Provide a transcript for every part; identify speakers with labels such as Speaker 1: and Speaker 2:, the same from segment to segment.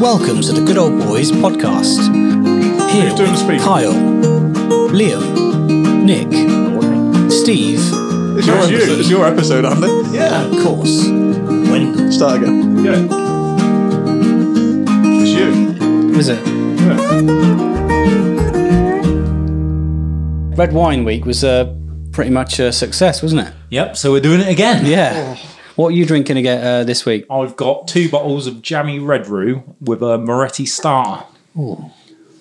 Speaker 1: Welcome to the Good Old Boys podcast. Here
Speaker 2: Please do
Speaker 1: with
Speaker 2: speak.
Speaker 1: Kyle, Liam, Nick, Steve,
Speaker 3: It's your,
Speaker 2: That's you.
Speaker 3: episode, it's your episode, Andy.
Speaker 1: and of course, Wendell.
Speaker 3: Start again.
Speaker 2: Yeah.
Speaker 3: It's you.
Speaker 1: Was it?
Speaker 2: yeah.
Speaker 1: Red Wine Week was uh, pretty much a success, wasn't it?
Speaker 4: Yep, so we're doing it again.
Speaker 1: Yeah. What are you drinking again uh, this week?
Speaker 2: I've got two bottles of jammy red roux with a Moretti star.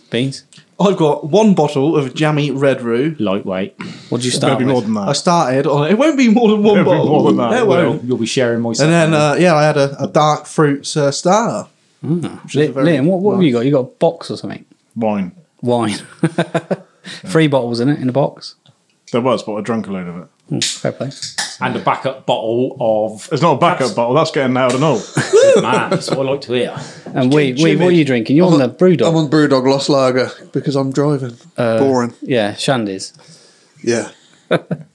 Speaker 1: Beans?
Speaker 5: I've got one bottle of jammy red roux.
Speaker 2: Lightweight.
Speaker 1: What did you
Speaker 3: Gotta
Speaker 1: start
Speaker 3: be
Speaker 1: with?
Speaker 3: more than
Speaker 5: I
Speaker 3: that.
Speaker 5: started on it won't be more than one
Speaker 2: It'll be
Speaker 5: bottle.
Speaker 2: more than that.
Speaker 5: It
Speaker 2: Well,
Speaker 5: won't.
Speaker 2: You'll be sharing my
Speaker 5: And then uh, yeah, I had a, a dark fruits uh, starter.
Speaker 1: Li-
Speaker 5: a very
Speaker 1: Liam, what, what have you got? You got a box or something?
Speaker 3: Wine.
Speaker 1: Wine. Three bottles in it, in a box.
Speaker 3: There was, but I drank a load of it.
Speaker 1: Hmm, Fair play.
Speaker 2: and a backup bottle of
Speaker 3: It's not a backup bottle. That's getting loud and old.
Speaker 2: man. That's what I like to hear.
Speaker 1: And we, we, what are you drinking? You're on the brew dog.
Speaker 5: I'm on Brewdog Lost Lager because I'm driving. Boring.
Speaker 1: Yeah, Shandy's.
Speaker 5: Yeah.
Speaker 1: And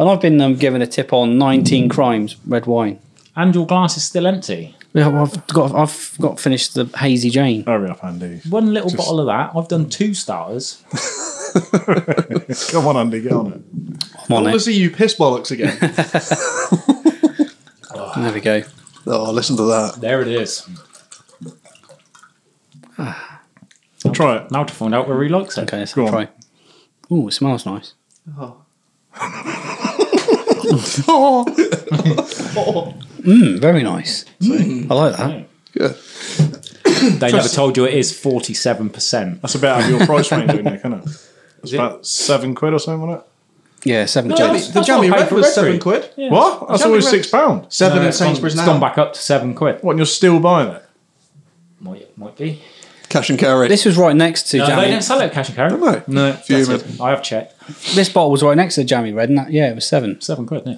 Speaker 1: I've been um, given a tip on 19 crimes red wine.
Speaker 2: And your glass is still empty.
Speaker 1: Yeah, well, I've got I've got finished the hazy Jane.
Speaker 3: Hurry up, Andy.
Speaker 2: One little bottle of that. I've done two starters.
Speaker 3: Come on, Andy, get on it.
Speaker 1: I'm on
Speaker 5: I want to
Speaker 1: it.
Speaker 5: see you piss bollocks again.
Speaker 1: There we go.
Speaker 5: oh, listen to that.
Speaker 2: There it is.
Speaker 3: Try it.
Speaker 2: Now to find out where he likes it.
Speaker 1: Okay, let's
Speaker 3: Go on.
Speaker 1: try. Oh, it smells nice. Mm, very nice.
Speaker 5: Mm.
Speaker 1: I like that.
Speaker 5: Good.
Speaker 2: They never told you it is forty-seven percent.
Speaker 3: That's about out of your price range, Nick, isn't it? It's about seven quid or something, wasn't it?
Speaker 1: Yeah, seven
Speaker 2: No,
Speaker 1: J's.
Speaker 2: That's-
Speaker 5: the
Speaker 2: that's
Speaker 5: jammy
Speaker 2: what I paid
Speaker 5: red
Speaker 2: for
Speaker 5: was
Speaker 2: Red
Speaker 5: seven
Speaker 2: Roux.
Speaker 5: quid.
Speaker 3: What? That's
Speaker 5: Jammy
Speaker 3: always
Speaker 5: red-
Speaker 3: six pounds.
Speaker 5: Seven in
Speaker 2: it's, gone,
Speaker 5: Sainsbury's
Speaker 2: it's
Speaker 5: now.
Speaker 2: gone back up to seven quid.
Speaker 3: What, and you're still buying it?
Speaker 2: Might, might be.
Speaker 5: Cash and carry.
Speaker 1: This was right next to
Speaker 2: No, they
Speaker 1: Jammy.
Speaker 2: don't sell it at cash and carry.
Speaker 5: no.
Speaker 2: No,
Speaker 5: Fuming.
Speaker 2: that's good. I have checked.
Speaker 1: This bottle was right next to Jammy Red, and that, yeah, it was seven.
Speaker 2: Seven quid, yeah.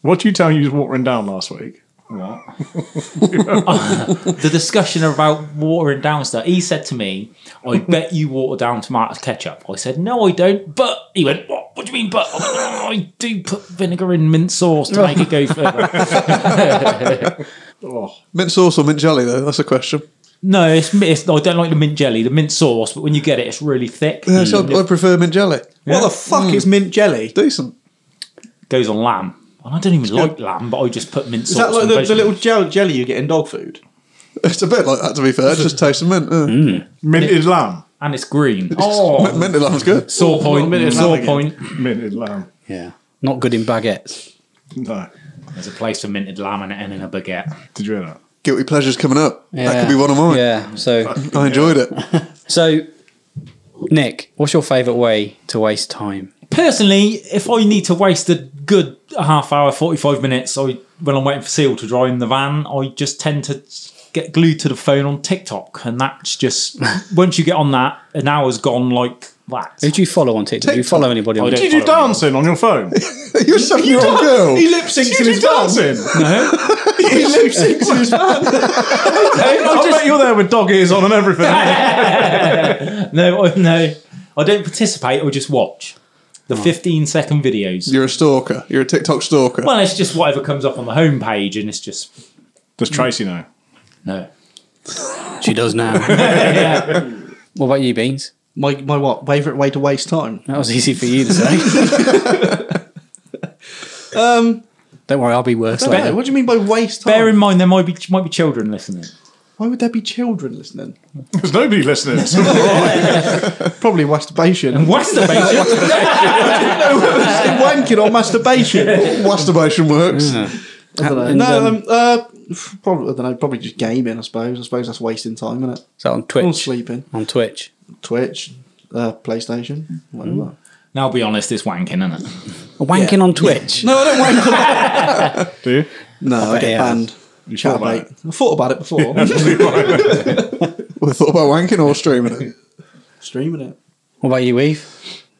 Speaker 3: What did you tell you was watering down last week?
Speaker 2: The discussion about watering down stuff. He said to me, I bet you water down tomato ketchup. I said, No, I don't. But he went, What, what do you mean, but? I, went, "Oh, I do put vinegar in mint sauce to make it go further.
Speaker 3: Oh,
Speaker 5: Mint sauce or mint jelly though? That's a question.
Speaker 2: no, it's, it's, I don't like the mint jelly, the mint sauce, but when you get it, it's really thick.
Speaker 5: Yeah, so I, I prefer mint jelly. Hmm.
Speaker 2: Yeah.
Speaker 6: What the fuck is mint jelly?
Speaker 5: Decent.
Speaker 2: goes on lamb. And I don't even like lamb, but I just put mint
Speaker 6: Is
Speaker 2: sauce
Speaker 6: that
Speaker 2: on
Speaker 6: like the, the
Speaker 2: vegetables.
Speaker 6: little gel jelly you get in dog food?
Speaker 5: It's a bit like that to be fair. Just taste of mint. Uh.
Speaker 3: Minted lamb.
Speaker 2: And it's green. Oh,
Speaker 5: Minted lamb's good.
Speaker 2: sore point,
Speaker 6: minute lamb
Speaker 2: sore
Speaker 6: again.
Speaker 2: point.
Speaker 3: Minted lamb.
Speaker 1: Yeah, not good in baguettes.
Speaker 3: No.
Speaker 2: There's a place for minted lamb and in a baguette.
Speaker 3: Did you hear that?
Speaker 5: Guilty pleasures coming up.
Speaker 1: Yeah.
Speaker 5: That could be one of mine.
Speaker 1: Yeah. So,
Speaker 5: I enjoyed it.
Speaker 1: so Nick, what's your favourite way to waste time?
Speaker 2: Personally, if I need to waste a good half hour, 45 minutes, I, when I'm waiting for Seal to drive in the van, I just tend to get glued to the phone on TikTok. And that's just, once you get on that, an hour's gone like that.
Speaker 1: Who do you follow on TikTok? Do you follow anybody on
Speaker 2: I
Speaker 1: TikTok?
Speaker 2: don't
Speaker 3: Did you do
Speaker 2: follow me.
Speaker 3: dancing on your phone? Did
Speaker 5: You're a seven-year-old girl.
Speaker 6: He lip syncs in
Speaker 3: you do
Speaker 6: his van.
Speaker 3: dancing?
Speaker 6: He lip syncs in his van.
Speaker 2: I
Speaker 3: I
Speaker 2: just-
Speaker 3: bet you're there with dog ears on and everything.
Speaker 2: No, I, no. I don't participate, I just watch the 15 second videos.
Speaker 5: You're a stalker. You're a TikTok stalker.
Speaker 2: Well, it's just whatever comes up on the homepage, and it's just,
Speaker 3: Does Tracy know?
Speaker 2: no.
Speaker 1: She does now. What about you, Beans?
Speaker 6: My, my what? Favourite way to waste time?
Speaker 1: That was easy for you to say.
Speaker 6: Um,
Speaker 1: Don't worry, I'll be worse
Speaker 6: bear,
Speaker 1: later.
Speaker 6: what do you mean by waste time?
Speaker 5: Oh.
Speaker 2: Bear in mind, there might be might be children listening.
Speaker 6: Why would there be children listening?
Speaker 3: There's nobody listening.
Speaker 6: Probably masturbation.
Speaker 2: Masturbation.
Speaker 6: Wanking or masturbation?
Speaker 5: Masturbation works.
Speaker 1: And,
Speaker 6: no,
Speaker 1: um,
Speaker 6: um, uh, probably I don't know. Probably just gaming. I suppose. I suppose that's wasting time, isn't it?
Speaker 1: so on
Speaker 6: Or
Speaker 1: Twitch.
Speaker 6: sleeping.
Speaker 1: On Twitch.
Speaker 6: Twitch, uh, PlayStation, whatever.
Speaker 2: now, I'll be honest, it's wanking, isn't it?
Speaker 1: Wanking on Twitch.
Speaker 6: No, I don't wank. a lot.
Speaker 3: Do you?
Speaker 6: no, Hmm. I,
Speaker 1: he
Speaker 6: get
Speaker 1: has.
Speaker 6: banned.
Speaker 3: You
Speaker 6: Chat
Speaker 3: about
Speaker 6: bait. I thought about it before.
Speaker 5: We thought about wanking or streaming it.
Speaker 6: Streaming it.
Speaker 1: What about you, Eve?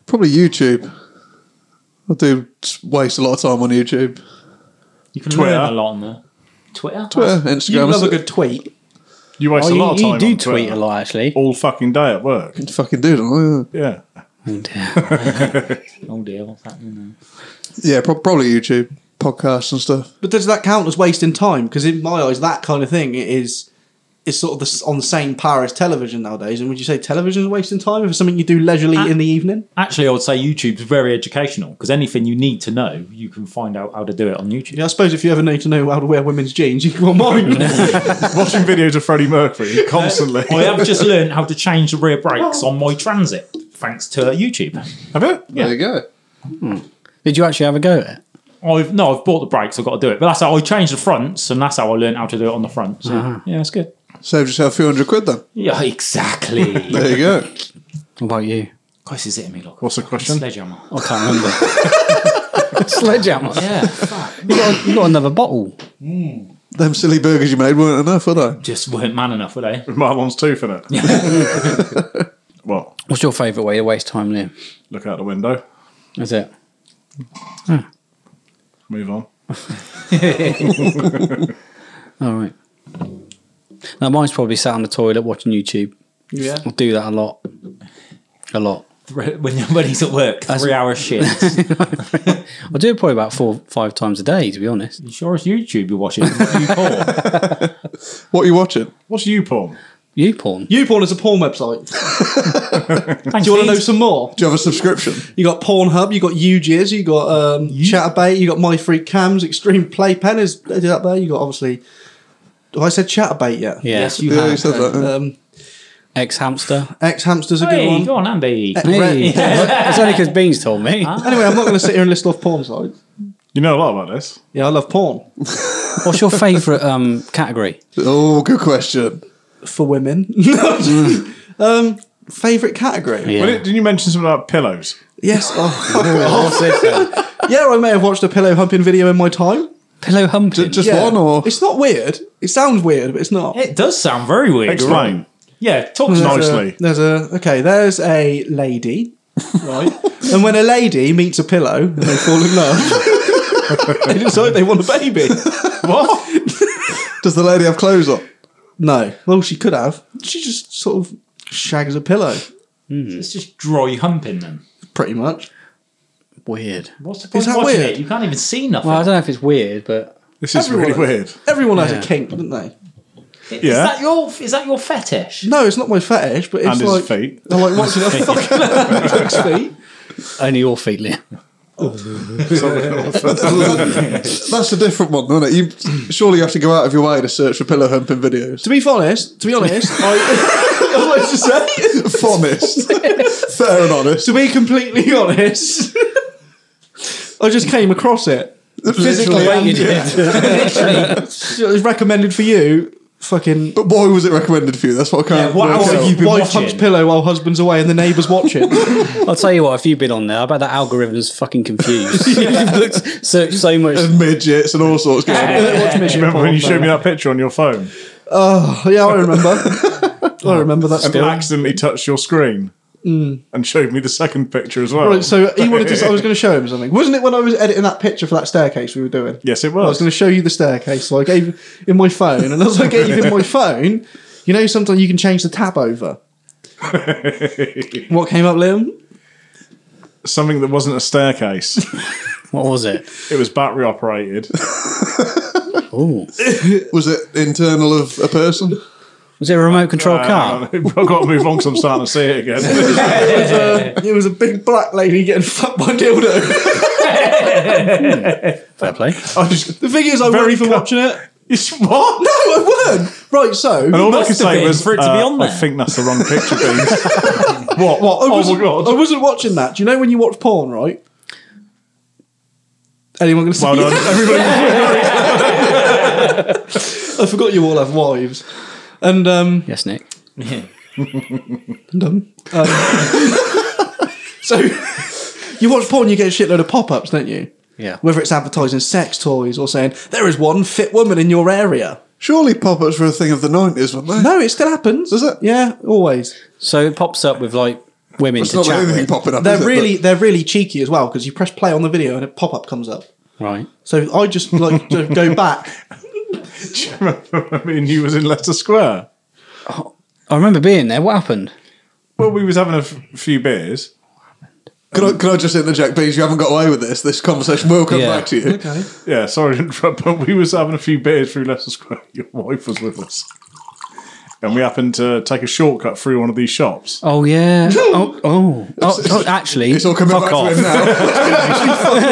Speaker 5: Probably YouTube. I do s- waste a lot of time on YouTube.
Speaker 2: You can
Speaker 3: Twitter.
Speaker 2: learn a lot on there. Twitter?
Speaker 5: Twitter,
Speaker 6: You
Speaker 5: uh, Instagram.
Speaker 6: love a
Speaker 5: it's-
Speaker 6: good tweet.
Speaker 3: You waste
Speaker 1: Oh,
Speaker 3: a
Speaker 1: you,
Speaker 3: lot of
Speaker 1: you
Speaker 3: time.
Speaker 1: do
Speaker 3: on
Speaker 1: tweet
Speaker 3: Twitter.
Speaker 1: a lot, actually.
Speaker 3: All fucking day at work.
Speaker 5: fucking do don't I?
Speaker 3: Yeah.
Speaker 1: And, uh,
Speaker 2: Oh dear, what's happening
Speaker 5: Yeah, prob probably YouTube. Podcasts and stuff.
Speaker 6: But does that count as wasting time? Because in my eyes, that kind of thing is is sort of the, s- on the same par as television nowadays. And would you say television is wasting time if it's something you do leisurely
Speaker 2: Ah.
Speaker 6: in the evening?
Speaker 2: Actually, I would say YouTube's very educational because anything you need to know, you can find out how to do it on YouTube.
Speaker 6: Yeah, I suppose if you ever need to know how to wear women's jeans, you can go online.
Speaker 3: Watching videos of Freddie Mercury constantly.
Speaker 2: I have just learned how to change the rear brakes on my Transit thanks to YouTube.
Speaker 3: Have you?
Speaker 5: There you go.
Speaker 1: Did you actually have a go at it?
Speaker 2: I've no, I've bought the brakes. I've got to do it, but that's how I changed the fronts, and that's how I learned how to do it on the fronts. Yeah, that's good.
Speaker 5: Saved yourself a few hundred quid then.
Speaker 2: Yeah, exactly.
Speaker 5: There you go.
Speaker 1: What about you?
Speaker 2: Christ, is it me? Look,
Speaker 3: What's the question?
Speaker 2: Sledgehammer.
Speaker 1: I can't remember. Sledgehammer.
Speaker 2: Yeah, fuck.
Speaker 1: You got, you got another bottle.
Speaker 5: Them silly burgers you made weren't enough, were they?
Speaker 2: just weren't man enough, were they?
Speaker 3: Marlon's tooth in it. well,
Speaker 1: What's your favourite way to waste time, Liam?
Speaker 3: look out the window.
Speaker 1: Is it?
Speaker 3: Move on.
Speaker 1: All right. Now mine's probably sat on the toilet watching YouTube.
Speaker 6: yeah.
Speaker 1: I do that a lot, a lot.
Speaker 2: Three- When, when he's at work, three hour shifts.
Speaker 1: I do it probably about four, five times a day, to be honest.
Speaker 2: You sure it's YouTube you're watching? You poor.
Speaker 5: What are you watching?
Speaker 3: What's you porn?
Speaker 1: You porn?
Speaker 6: YouPorn is a porn website. Do
Speaker 2: Thanks,
Speaker 6: you want
Speaker 2: Pete.
Speaker 6: to know some more?
Speaker 5: Do you have a subscription?
Speaker 6: You got Pornhub, you got UJizz, you got um, Chatterbait, you got My Free Cams, Extreme Playpen is is up there. You got obviously. Have I said Chatterbait yet?
Speaker 1: Yeah.
Speaker 2: Yes, you
Speaker 5: Yeah, you
Speaker 2: have.
Speaker 5: said that. yeah.
Speaker 6: Um,
Speaker 1: Ex hamster.
Speaker 6: X Hamster's a good
Speaker 2: Hey,
Speaker 6: one.
Speaker 2: go on, Andy.
Speaker 1: Hey. it's only because Beans told me.
Speaker 6: Anyway, I'm not going to sit here and list off porn sites.
Speaker 3: You know a lot about this.
Speaker 6: Yeah, I love porn
Speaker 1: What's your favourite um, category?
Speaker 5: Oh, good question.
Speaker 6: for women. um, favorite category?
Speaker 1: Yeah.
Speaker 3: Well, didn't you mention something about pillows?
Speaker 6: Yes. Oh,
Speaker 1: What's this then?
Speaker 6: yeah, I may have watched a pillow humping video in my time.
Speaker 1: Pillow humping.
Speaker 5: Just
Speaker 6: Yeah.
Speaker 5: one or
Speaker 6: It's not weird. It sounds weird, but it's not.
Speaker 2: It does sound very weird.
Speaker 3: Explain.
Speaker 2: Yeah, talk to
Speaker 3: Nice.
Speaker 2: us.
Speaker 6: There's a-
Speaker 3: Nicely.
Speaker 6: There's a okay. There's a lady, right? and when a lady meets a pillow and they fall in love, they decide they want a baby.
Speaker 3: What?
Speaker 5: does the lady have clothes on?
Speaker 6: No, well she could have. She just sort of shags a pillow,
Speaker 2: It's just dry humping then.
Speaker 6: pretty much.
Speaker 1: weird.
Speaker 2: What's the point of
Speaker 6: that
Speaker 2: watching
Speaker 6: weird?
Speaker 2: it? You can't even see nothing.
Speaker 1: Well, I don't know if it's weird, but
Speaker 3: This is really
Speaker 6: Everyone-
Speaker 3: weird.
Speaker 6: Everyone has
Speaker 1: Yeah.
Speaker 6: a kink, don't they?
Speaker 2: is
Speaker 3: yeah.
Speaker 2: that your is that your fetish?
Speaker 6: No, it's not my fetish, but it's
Speaker 3: And his
Speaker 6: like
Speaker 3: feet.
Speaker 6: I like watching a fucking dog's feet.
Speaker 1: only your feet, Liam.
Speaker 5: That's a different one, isn't it? You surely you have to go out of your way to search for pillow humping videos.
Speaker 6: To be honest, to be honest, I, I was about to say.
Speaker 5: Honest, fair and honest.
Speaker 6: To be completely honest, I just came across it.
Speaker 5: Physically,
Speaker 1: You
Speaker 5: and-
Speaker 1: did.
Speaker 6: It was recommended for you. Fucking
Speaker 5: but why was it recommended for you? That's what I can't.
Speaker 2: Yeah, what
Speaker 5: work
Speaker 2: else have
Speaker 5: out.
Speaker 2: you been
Speaker 6: wife
Speaker 2: watching?
Speaker 6: hunts pillow while husband's away and the neighbour's watching.
Speaker 1: I'll tell you what, if you've been on there, I bet that algorithm's fucking confused. you've looked, searched so much.
Speaker 5: And midgets and all sorts. Going on.
Speaker 3: Do you remember when you showed me that picture on your phone?
Speaker 6: oh yeah, I remember. I remember that.
Speaker 3: And accidentally touched your screen.
Speaker 2: Mm.
Speaker 3: And showed me the second picture as well.
Speaker 6: Right, so he wanted to. I was going to show him something, wasn't it? When I was editing that picture for that staircase we were doing.
Speaker 3: yes, it
Speaker 6: I was
Speaker 3: was.
Speaker 6: going to show you the staircase, so I gave him my phone, and as I gave him my phone, you know, sometimes you can change the tab over. what came up, Liam?
Speaker 3: Something that wasn't a staircase.
Speaker 1: What was it?
Speaker 3: it was battery operated.
Speaker 1: Ooh.
Speaker 5: Was it internal of a person?
Speaker 1: Was it a remote control car?
Speaker 3: Uh, I've got to move on because I'm starting to see it again.
Speaker 6: It was a big black lady getting fucked by dildo.
Speaker 1: Fair play.
Speaker 3: I just,
Speaker 6: the thing is, I
Speaker 3: Very
Speaker 6: weren't even
Speaker 3: co-
Speaker 6: watching it.
Speaker 3: it's, what?
Speaker 6: No, I weren't. Right, so
Speaker 3: And all I
Speaker 2: must
Speaker 3: could
Speaker 2: have
Speaker 3: say
Speaker 2: been
Speaker 3: was,
Speaker 2: for it to be
Speaker 3: uh,
Speaker 2: on
Speaker 3: I
Speaker 2: there.
Speaker 3: think that's the wrong picture, Beans. what?
Speaker 6: what? I
Speaker 3: oh
Speaker 6: wasn't,
Speaker 3: my god.
Speaker 6: I wasn't watching that. Do you know when you watch porn, right? Anyone going to
Speaker 3: Well
Speaker 6: say?
Speaker 3: done, everybody.
Speaker 6: I forgot you all have wives. And um,
Speaker 1: Yes, Nick.
Speaker 6: and, um, um, so you watch porn, you get a shitload of pop-ups, don't you?
Speaker 1: Yeah.
Speaker 6: Whether it's advertising sex toys or saying there is one fit woman in your area.
Speaker 5: Surely pop-ups were a thing of the nineties, weren't they?
Speaker 6: No, it still happens.
Speaker 5: Does it?
Speaker 6: Yeah, always.
Speaker 1: So it pops up with like women
Speaker 5: It's
Speaker 1: to
Speaker 5: not the
Speaker 1: chat
Speaker 5: only thing
Speaker 1: with.
Speaker 5: popping up. is
Speaker 6: They're
Speaker 5: it?
Speaker 6: really they're really cheeky as well because you press play on the video and a pop-up comes up.
Speaker 1: Right.
Speaker 6: So I just like to go back.
Speaker 3: Do you remember when me and you was in Leicester Square?
Speaker 1: I remember being there. What happened?
Speaker 3: Well, we was having a f- few beers.
Speaker 5: But- Can I, can I just interject, please? You haven't got away with this. This conversation will come
Speaker 1: Yeah.
Speaker 5: back to you.
Speaker 6: Okay.
Speaker 3: Yeah, sorry to interrupt, but we was having a few beers through Leicester Square. Your wife was with us. and we happened to take a shortcut through one of these shops.
Speaker 1: Oh yeah. Oh oh. oh, oh, actually,
Speaker 5: It's all coming
Speaker 1: fuck
Speaker 5: back
Speaker 1: off.
Speaker 5: to him now.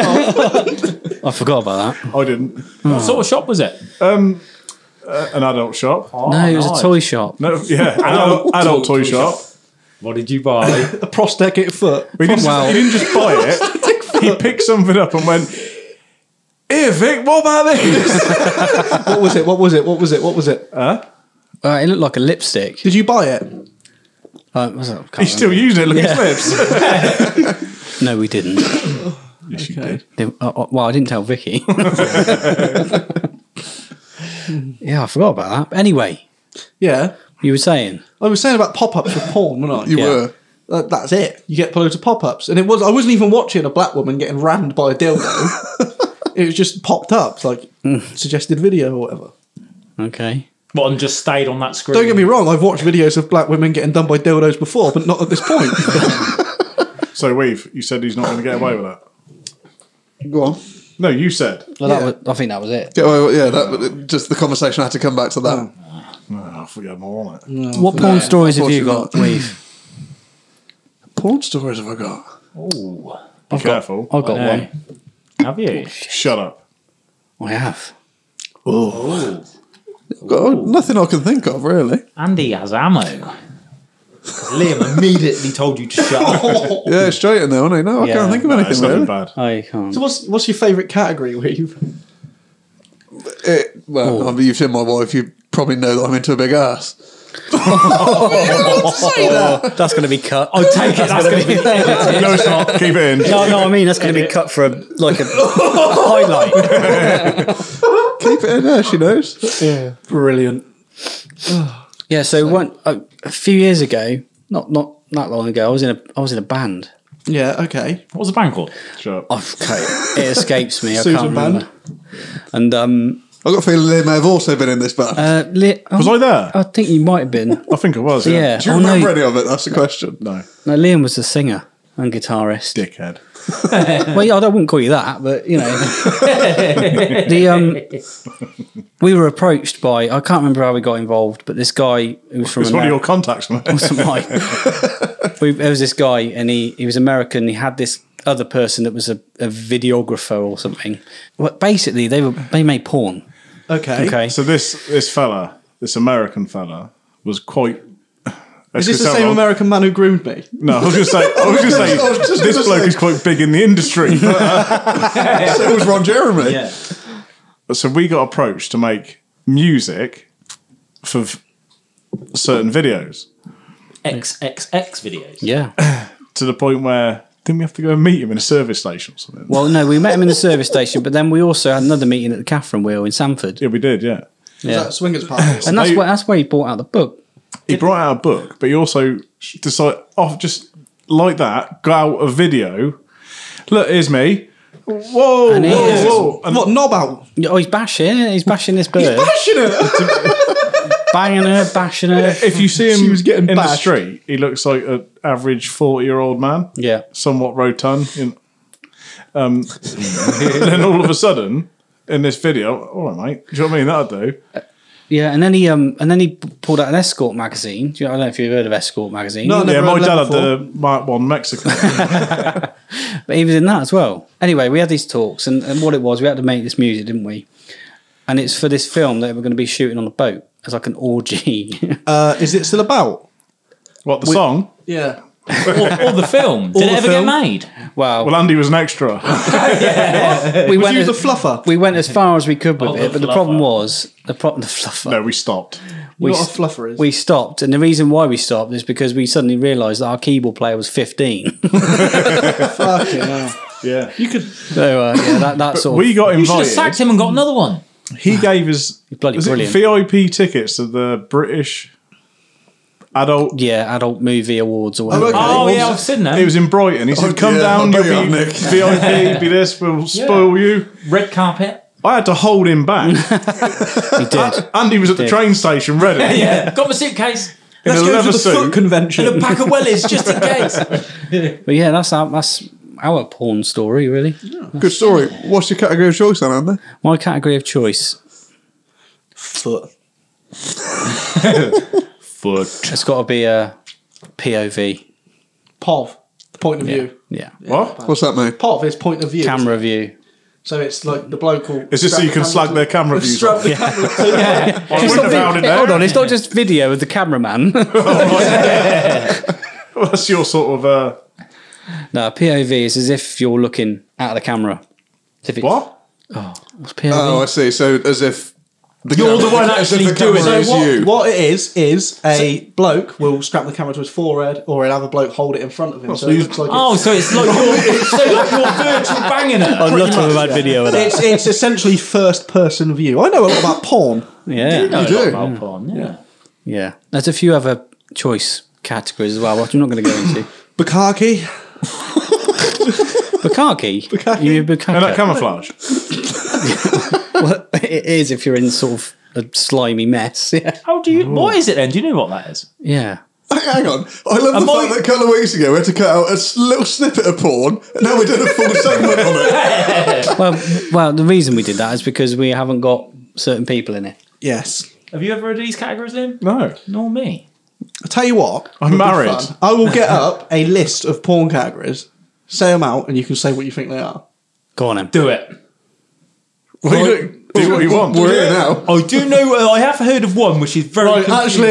Speaker 1: I forgot about that.
Speaker 3: I didn't.
Speaker 2: What sort of shop was it? Oh,
Speaker 3: An adult shop.
Speaker 1: no, it was
Speaker 2: nice.
Speaker 1: a toy shop.
Speaker 3: No, yeah, an adult, adult toy shop.
Speaker 2: What did you buy?
Speaker 6: A prosthetic foot.
Speaker 3: But he didn't,
Speaker 1: Wow.
Speaker 3: just, he didn't just buy it. he picked something up and went, Here, Vic, what about this?
Speaker 6: What was it? What was it? What was it? What was it?
Speaker 1: Uh, it looked like a lipstick.
Speaker 6: Did you buy it?
Speaker 1: Uh, was it? I can't
Speaker 3: He's still
Speaker 1: remember.
Speaker 3: using it. Look at
Speaker 1: Yeah.
Speaker 3: his lips.
Speaker 1: No, we didn't.
Speaker 3: Yes, you did.
Speaker 1: They- uh, uh, well, I didn't tell Vicky. yeah, I forgot about that. Anyway,
Speaker 6: Yeah.
Speaker 1: you were saying
Speaker 6: I was saying about pop ups with porn, wasn't I?
Speaker 5: You
Speaker 1: Yeah.
Speaker 5: were.
Speaker 6: That- that's it. You get loads of pop ups, and it was. I wasn't even watching a black woman getting rammed by a dildo. it was just popped up, it's like
Speaker 1: Mm.
Speaker 6: suggested video or whatever.
Speaker 1: okay.
Speaker 2: What and just stayed on that screen?
Speaker 6: Don't get me wrong. I've watched videos of black women getting done by dildos before, but not at this point.
Speaker 3: So, Weave, you said he's not going to get away with that.
Speaker 5: Go on.
Speaker 3: No, you said.
Speaker 1: Well,
Speaker 6: Yeah.
Speaker 1: that was, I think that was it.
Speaker 5: Get away with- yeah, that, just the conversation had to come back to that.
Speaker 3: Oh, I thought you had more on it.
Speaker 1: What porn stories have you got,
Speaker 5: unfortunately
Speaker 1: Weave?
Speaker 5: Porn stories have I got?
Speaker 2: Ooh,
Speaker 3: Be careful.
Speaker 1: I've got
Speaker 2: I know.
Speaker 1: one.
Speaker 2: Have you?
Speaker 3: Shut up.
Speaker 1: I have.
Speaker 5: got nothing I can think of, really.
Speaker 2: Andy has ammo. 'Cause Liam immediately told you to shut up. Oh,
Speaker 5: Yeah, straight in there, wasn't he? No, I
Speaker 1: Yeah.
Speaker 5: can't think of
Speaker 3: No, it's
Speaker 5: anything,
Speaker 3: nothing
Speaker 5: really.
Speaker 3: bad.
Speaker 1: I can't.
Speaker 6: so what's what's your favourite category? Weave?
Speaker 5: It, well, I mean, you've seen my wife, you probably know that I'm into a big ass.
Speaker 1: That's going to be cut.
Speaker 2: I take it. That's going to be.
Speaker 3: No, it's not. Keep it in.
Speaker 1: Oh, no, no, I mean that's going to be cut for a, like a highlight.
Speaker 5: Keep it in there, she knows.
Speaker 6: Brilliant.
Speaker 1: Yeah. So one a, a few years ago, not not that long ago, I was in a I was in a band.
Speaker 6: Yeah. Okay.
Speaker 2: What was the band called?
Speaker 3: Shut up.
Speaker 1: Okay, it escapes me. I
Speaker 6: Susan
Speaker 1: can't
Speaker 6: Band.
Speaker 1: remember. And um,
Speaker 5: I've got a feeling they may have also been in this band.
Speaker 1: uh, li-
Speaker 3: Was I there?
Speaker 1: I think you might have been.
Speaker 3: I think it was.
Speaker 1: Yeah.
Speaker 5: Do you
Speaker 1: oh, no.
Speaker 5: remember any of it? That's the question.
Speaker 3: No.
Speaker 1: No, Liam was the singer and guitarist.
Speaker 3: Dickhead.
Speaker 1: Well, yeah, I don't- wouldn't call you that, but you know, the um, we were approached by I can't remember how we got involved, but this guy who was from
Speaker 3: It's one of
Speaker 1: Ameri-
Speaker 3: your contacts, man.
Speaker 1: wasn't mine. we, there was this guy, and he he was American. He had this other person that was a, a videographer or something. Well, basically, they were they made porn.
Speaker 6: Okay.
Speaker 1: Okay,
Speaker 3: So this this fella, this American fella, was quite.
Speaker 6: Is this the
Speaker 3: Sound
Speaker 6: same
Speaker 3: old.
Speaker 6: American man who groomed me?
Speaker 3: No, I was just say. I was just say.
Speaker 5: I was just
Speaker 3: this
Speaker 5: gonna
Speaker 3: bloke
Speaker 5: say-
Speaker 3: is quite big in the industry.
Speaker 5: So it was Ron Jeremy.
Speaker 2: Yeah.
Speaker 3: so we got approached to make music for v- certain videos
Speaker 2: XXX videos.
Speaker 1: yeah.
Speaker 3: to the point where didn't we have to go and meet him in a service station or something?
Speaker 1: Well, no, we met him in the service station, but then we also had another meeting at the Catherine Wheel in Sanford,
Speaker 3: yeah, we did. Yeah,
Speaker 1: Yeah.
Speaker 6: Is that swingers party?
Speaker 1: and that's
Speaker 3: They-
Speaker 1: where that's where he bought out the book.
Speaker 3: he brought out a book, but he also decided, oh, just like that, got out a video. Look, here's me. Whoa,
Speaker 1: And
Speaker 3: whoa,
Speaker 1: here's-
Speaker 3: whoa! And
Speaker 6: what knob out?
Speaker 1: Oh, he's bashing! He's bashing this bird, banging her, bashing her.
Speaker 3: if you see him
Speaker 6: She was getting
Speaker 3: in the
Speaker 6: bashed.
Speaker 3: street, he looks like an average 40 year old man.
Speaker 1: Yeah.
Speaker 3: Somewhat rotund. You know. um, and then all of a sudden, in this video, all right, mate. Do you know what I mean? That'll do.
Speaker 1: Yeah, and then he um and then he pulled out an escort magazine. Do you, I don't know if you've heard of escort magazine.
Speaker 6: No,
Speaker 3: yeah,
Speaker 6: never
Speaker 3: my
Speaker 6: heard
Speaker 3: dad
Speaker 6: that
Speaker 3: had the Mark 1 Mexican.
Speaker 1: But he was in that as well. Anyway, we had these talks, and, and what it was, we had to make this music, didn't we? And it's for this film that we're going to be shooting on the boat as like an orgy.
Speaker 6: Uh, is it still about?
Speaker 3: what, the song?
Speaker 6: Yeah.
Speaker 2: Or, or the film. Did it
Speaker 6: Or the
Speaker 2: ever
Speaker 6: film.
Speaker 2: get made?
Speaker 1: well,
Speaker 3: Well, Andy was an extra.
Speaker 1: we
Speaker 6: Was
Speaker 1: went
Speaker 6: you
Speaker 1: as,
Speaker 6: the fluffer?
Speaker 1: we went as far as we could with
Speaker 2: Oh, the
Speaker 1: it, but the
Speaker 2: fluffer.
Speaker 1: problem was the problem the fluffer.
Speaker 3: no, we stopped.
Speaker 1: we
Speaker 6: Not a
Speaker 1: s-
Speaker 6: fluffer is.
Speaker 1: We stopped, and the reason why we stopped is because we suddenly realised that our keyboard player was fifteen.
Speaker 6: Fucking hell.
Speaker 3: Yeah. You could.
Speaker 1: so uh, yeah, that, that sort
Speaker 3: We
Speaker 1: of
Speaker 3: got
Speaker 2: You should have sacked
Speaker 3: invited.
Speaker 2: him and got another one.
Speaker 3: He gave us
Speaker 1: bloody
Speaker 3: was it
Speaker 1: brilliant.
Speaker 3: VIP tickets to the British adult.
Speaker 1: yeah, adult movie awards or whatever.
Speaker 5: okay.
Speaker 2: Oh
Speaker 5: It was-
Speaker 2: yeah, I've seen them.
Speaker 3: It was in Brighton. He
Speaker 6: Oh,
Speaker 3: said, "Come
Speaker 5: dear.
Speaker 3: down,
Speaker 5: I
Speaker 3: you'll
Speaker 5: bet you
Speaker 3: be
Speaker 5: are, Nick.
Speaker 3: VIP, be this. We'll spoil you."
Speaker 2: red carpet.
Speaker 3: I had to hold him back.
Speaker 1: He did.
Speaker 3: Andy was at the train station ready.
Speaker 2: Yeah, got my suitcase
Speaker 3: In
Speaker 6: Let's
Speaker 3: a
Speaker 6: go
Speaker 3: leather
Speaker 6: to the
Speaker 3: suit.
Speaker 6: foot
Speaker 2: and a
Speaker 6: convention.
Speaker 2: pack of wellies just in case.
Speaker 1: But yeah, that's our that's our porn story, really.
Speaker 5: Good story. What's your category of choice then, Andy?
Speaker 1: My category of choice.
Speaker 6: foot.
Speaker 3: foot.
Speaker 1: It's got to be a POV.
Speaker 6: POV, the point of view.
Speaker 1: Yeah.
Speaker 3: What?
Speaker 5: What's that mean?
Speaker 6: POV is point of view.
Speaker 1: Camera view.
Speaker 6: So it's like the bloke will.
Speaker 3: It's just so
Speaker 6: strap
Speaker 3: you can
Speaker 6: the
Speaker 3: slag
Speaker 6: camera
Speaker 3: their camera
Speaker 6: to-
Speaker 3: views.
Speaker 6: strap the camera to- yeah.
Speaker 3: I wouldn't have found it there.
Speaker 1: hold on, it's not just video of the cameraman.
Speaker 3: Well, that's your sort of uh,
Speaker 1: no, POV is as if you're looking out of the camera. As if it's,
Speaker 3: what?
Speaker 1: What's POV?
Speaker 5: Oh, I see. So as if the
Speaker 2: You're the one
Speaker 5: as if
Speaker 2: actually
Speaker 5: the camera
Speaker 2: doing it.
Speaker 5: is
Speaker 6: So what,
Speaker 5: you.
Speaker 6: what it is is a bloke will strap the camera to his forehead, or another bloke hold it in front of him, so, it
Speaker 3: you-
Speaker 6: looks like
Speaker 2: Oh, so it's like you're, so like you're virtual banging it.
Speaker 1: I'd love to have had video of that.
Speaker 6: it's, it's essentially first person view. I know a lot about porn.
Speaker 1: Yeah.
Speaker 5: you do.
Speaker 2: yeah.
Speaker 1: Yeah. There's a few other choice categories as well, which I'm not going to go into.
Speaker 6: Bukaki,
Speaker 1: Bukkake. Bukkake. You mean
Speaker 3: And
Speaker 1: bukkake?
Speaker 3: that camouflage.
Speaker 1: well, it is if you're in sort of a slimy mess. Yeah.
Speaker 2: How do you? What is it then? Do you know what that is?
Speaker 1: Yeah.
Speaker 5: Hang on. I love
Speaker 2: Am
Speaker 5: the
Speaker 2: I-
Speaker 5: fact that a couple of weeks ago we had to cut out a s- little snippet of porn, and now we're doing a full segment on it.
Speaker 1: Well, well, the reason we did that is because we haven't got certain people in it.
Speaker 6: yes.
Speaker 2: Have you ever heard of these categories, Liam?
Speaker 3: No.
Speaker 2: Nor me.
Speaker 6: I tell you what,
Speaker 3: I'm
Speaker 6: it'll be
Speaker 3: married.
Speaker 6: fun. I will get up a list of porn categories, say them out, and you can say what you think they are.
Speaker 1: Go on, then.
Speaker 2: Do it.
Speaker 3: What are you doing? Do what you want.
Speaker 5: Oh, We're here now.
Speaker 2: I do know. uh, I have heard of one which is very
Speaker 6: Actually,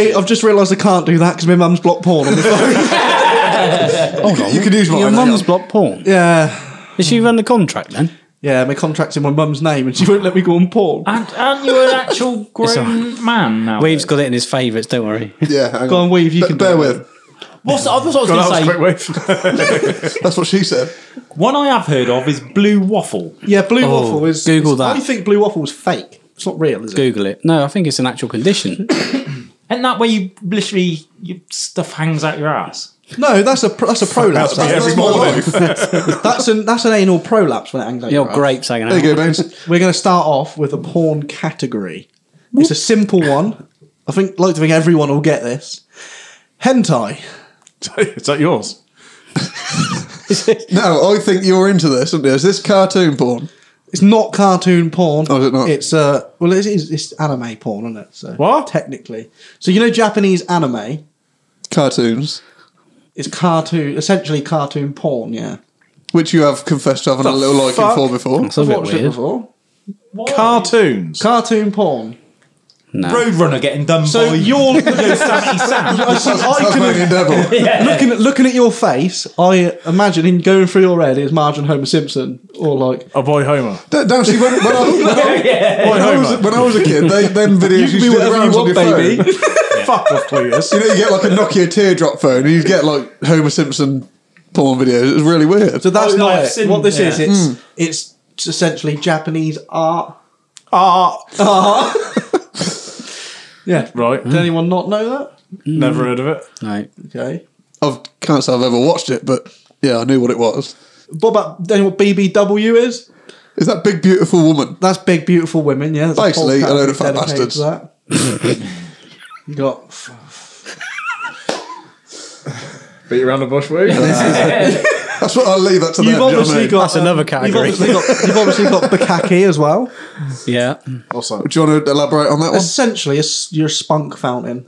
Speaker 2: confusing.
Speaker 6: I've just realised I can't do that because my mum's blocked porn on my phone.
Speaker 1: Hold on.
Speaker 5: You can use mine.
Speaker 1: Your
Speaker 5: hang on.
Speaker 1: mum's blocked porn.
Speaker 6: yeah,
Speaker 1: Did she run the contract then?
Speaker 6: yeah, my contract's in my mum's name, and she won't let me go on porn.
Speaker 2: And, and you're an actual grown man now.
Speaker 1: Wave's got it in his favourites. Don't worry.
Speaker 5: Yeah, hang
Speaker 6: Go on, Weave, you
Speaker 5: Be-
Speaker 6: can do
Speaker 5: Bear
Speaker 6: it.
Speaker 5: with.
Speaker 2: What's the, that's what I
Speaker 3: God,
Speaker 2: was
Speaker 3: that was a
Speaker 2: going to
Speaker 3: quick
Speaker 2: say.
Speaker 3: wave.
Speaker 5: That's what she said.
Speaker 2: One I have heard of is blue waffle.
Speaker 6: Yeah, blue waffle is.
Speaker 1: Google
Speaker 6: is-
Speaker 1: that.
Speaker 6: Why do you think blue waffle is fake? It's not real, is it?
Speaker 1: Google it. No, I think it's an actual condition.
Speaker 2: Isn't that where you literally your stuff hangs out your ass?
Speaker 6: No, that's a pr- that's a prolapse.
Speaker 3: That's me
Speaker 6: That's,
Speaker 3: every
Speaker 5: my
Speaker 3: morning.
Speaker 5: life.
Speaker 6: that's an that's an anal prolapse when it hangs out.
Speaker 1: Your
Speaker 6: your ass.
Speaker 1: grapes hanging
Speaker 5: There
Speaker 1: out.
Speaker 5: you go, Baines.
Speaker 6: We're going to start off with a porn category. It's a simple one. I think like to think everyone will get this. Hentai.
Speaker 3: Is that yours?
Speaker 5: No, I think you're into this, isn't it? Is this cartoon porn?
Speaker 6: It's not cartoon porn.
Speaker 5: Oh, is it not?
Speaker 6: It's uh, well, it is it's anime porn, isn't it? So
Speaker 3: What?
Speaker 6: Technically, so you know Japanese anime
Speaker 5: Cartoons,
Speaker 6: is cartoon, essentially cartoon porn. Yeah,
Speaker 5: which you have confessed to having a little liking
Speaker 3: fuck?
Speaker 5: for before.
Speaker 1: It's a bit
Speaker 6: watched it
Speaker 1: weird.
Speaker 6: before.
Speaker 2: Why?
Speaker 3: Cartoons.
Speaker 6: Cartoon porn.
Speaker 1: No.
Speaker 2: Roadrunner getting done
Speaker 6: So
Speaker 2: by
Speaker 6: you're
Speaker 2: Yosemite Sam.
Speaker 6: I, see- I
Speaker 5: Tasmanian
Speaker 6: can
Speaker 5: Devil.
Speaker 6: looking at looking at your face, I imagine in going through your head is Marge and Homer Simpson, or like
Speaker 3: A boy Homer.
Speaker 5: Don't don't see when, when, I, when, I,
Speaker 3: Boy
Speaker 5: when I was,
Speaker 3: Homer.
Speaker 5: when I was a kid, they, them videos
Speaker 6: you
Speaker 5: used
Speaker 6: can
Speaker 5: to
Speaker 6: be
Speaker 5: do the
Speaker 6: whatever you
Speaker 5: rounds on
Speaker 6: want,
Speaker 5: your
Speaker 6: baby.
Speaker 5: phone.
Speaker 3: Fuck off, please.
Speaker 5: You know, you get like a Nokia teardrop phone, and you get like Homer Simpson porn videos. It was really weird.
Speaker 6: So that's
Speaker 2: Oh, no,
Speaker 6: not
Speaker 2: I've
Speaker 6: it.
Speaker 2: seen-
Speaker 6: what this
Speaker 2: yeah.
Speaker 6: is. It's
Speaker 5: Hmm.
Speaker 6: it's essentially Japanese art.
Speaker 3: Ah.
Speaker 6: Yeah.
Speaker 3: Right.
Speaker 6: Did anyone not know that?
Speaker 3: Never heard of it.
Speaker 1: No.
Speaker 6: Okay.
Speaker 5: I can't say I've ever watched it, but yeah, I knew what it was.
Speaker 6: What about then? What BBW is?
Speaker 5: Is that big beautiful woman?
Speaker 6: That's big, beautiful women. Yeah. That's whole
Speaker 5: Basically, a load of fat
Speaker 6: category dedicated to that. you got
Speaker 3: Beat around the bush, will you?
Speaker 5: That's what I'll leave that to them.
Speaker 6: You've
Speaker 5: do you know what I
Speaker 6: obviously
Speaker 5: mean?
Speaker 6: got uh,
Speaker 1: That's another category.
Speaker 6: You've obviously got, you've obviously got bukkake as well.
Speaker 1: Yeah.
Speaker 3: also,
Speaker 5: Do you want to elaborate on that one?
Speaker 6: Essentially, it's your spunk fountain.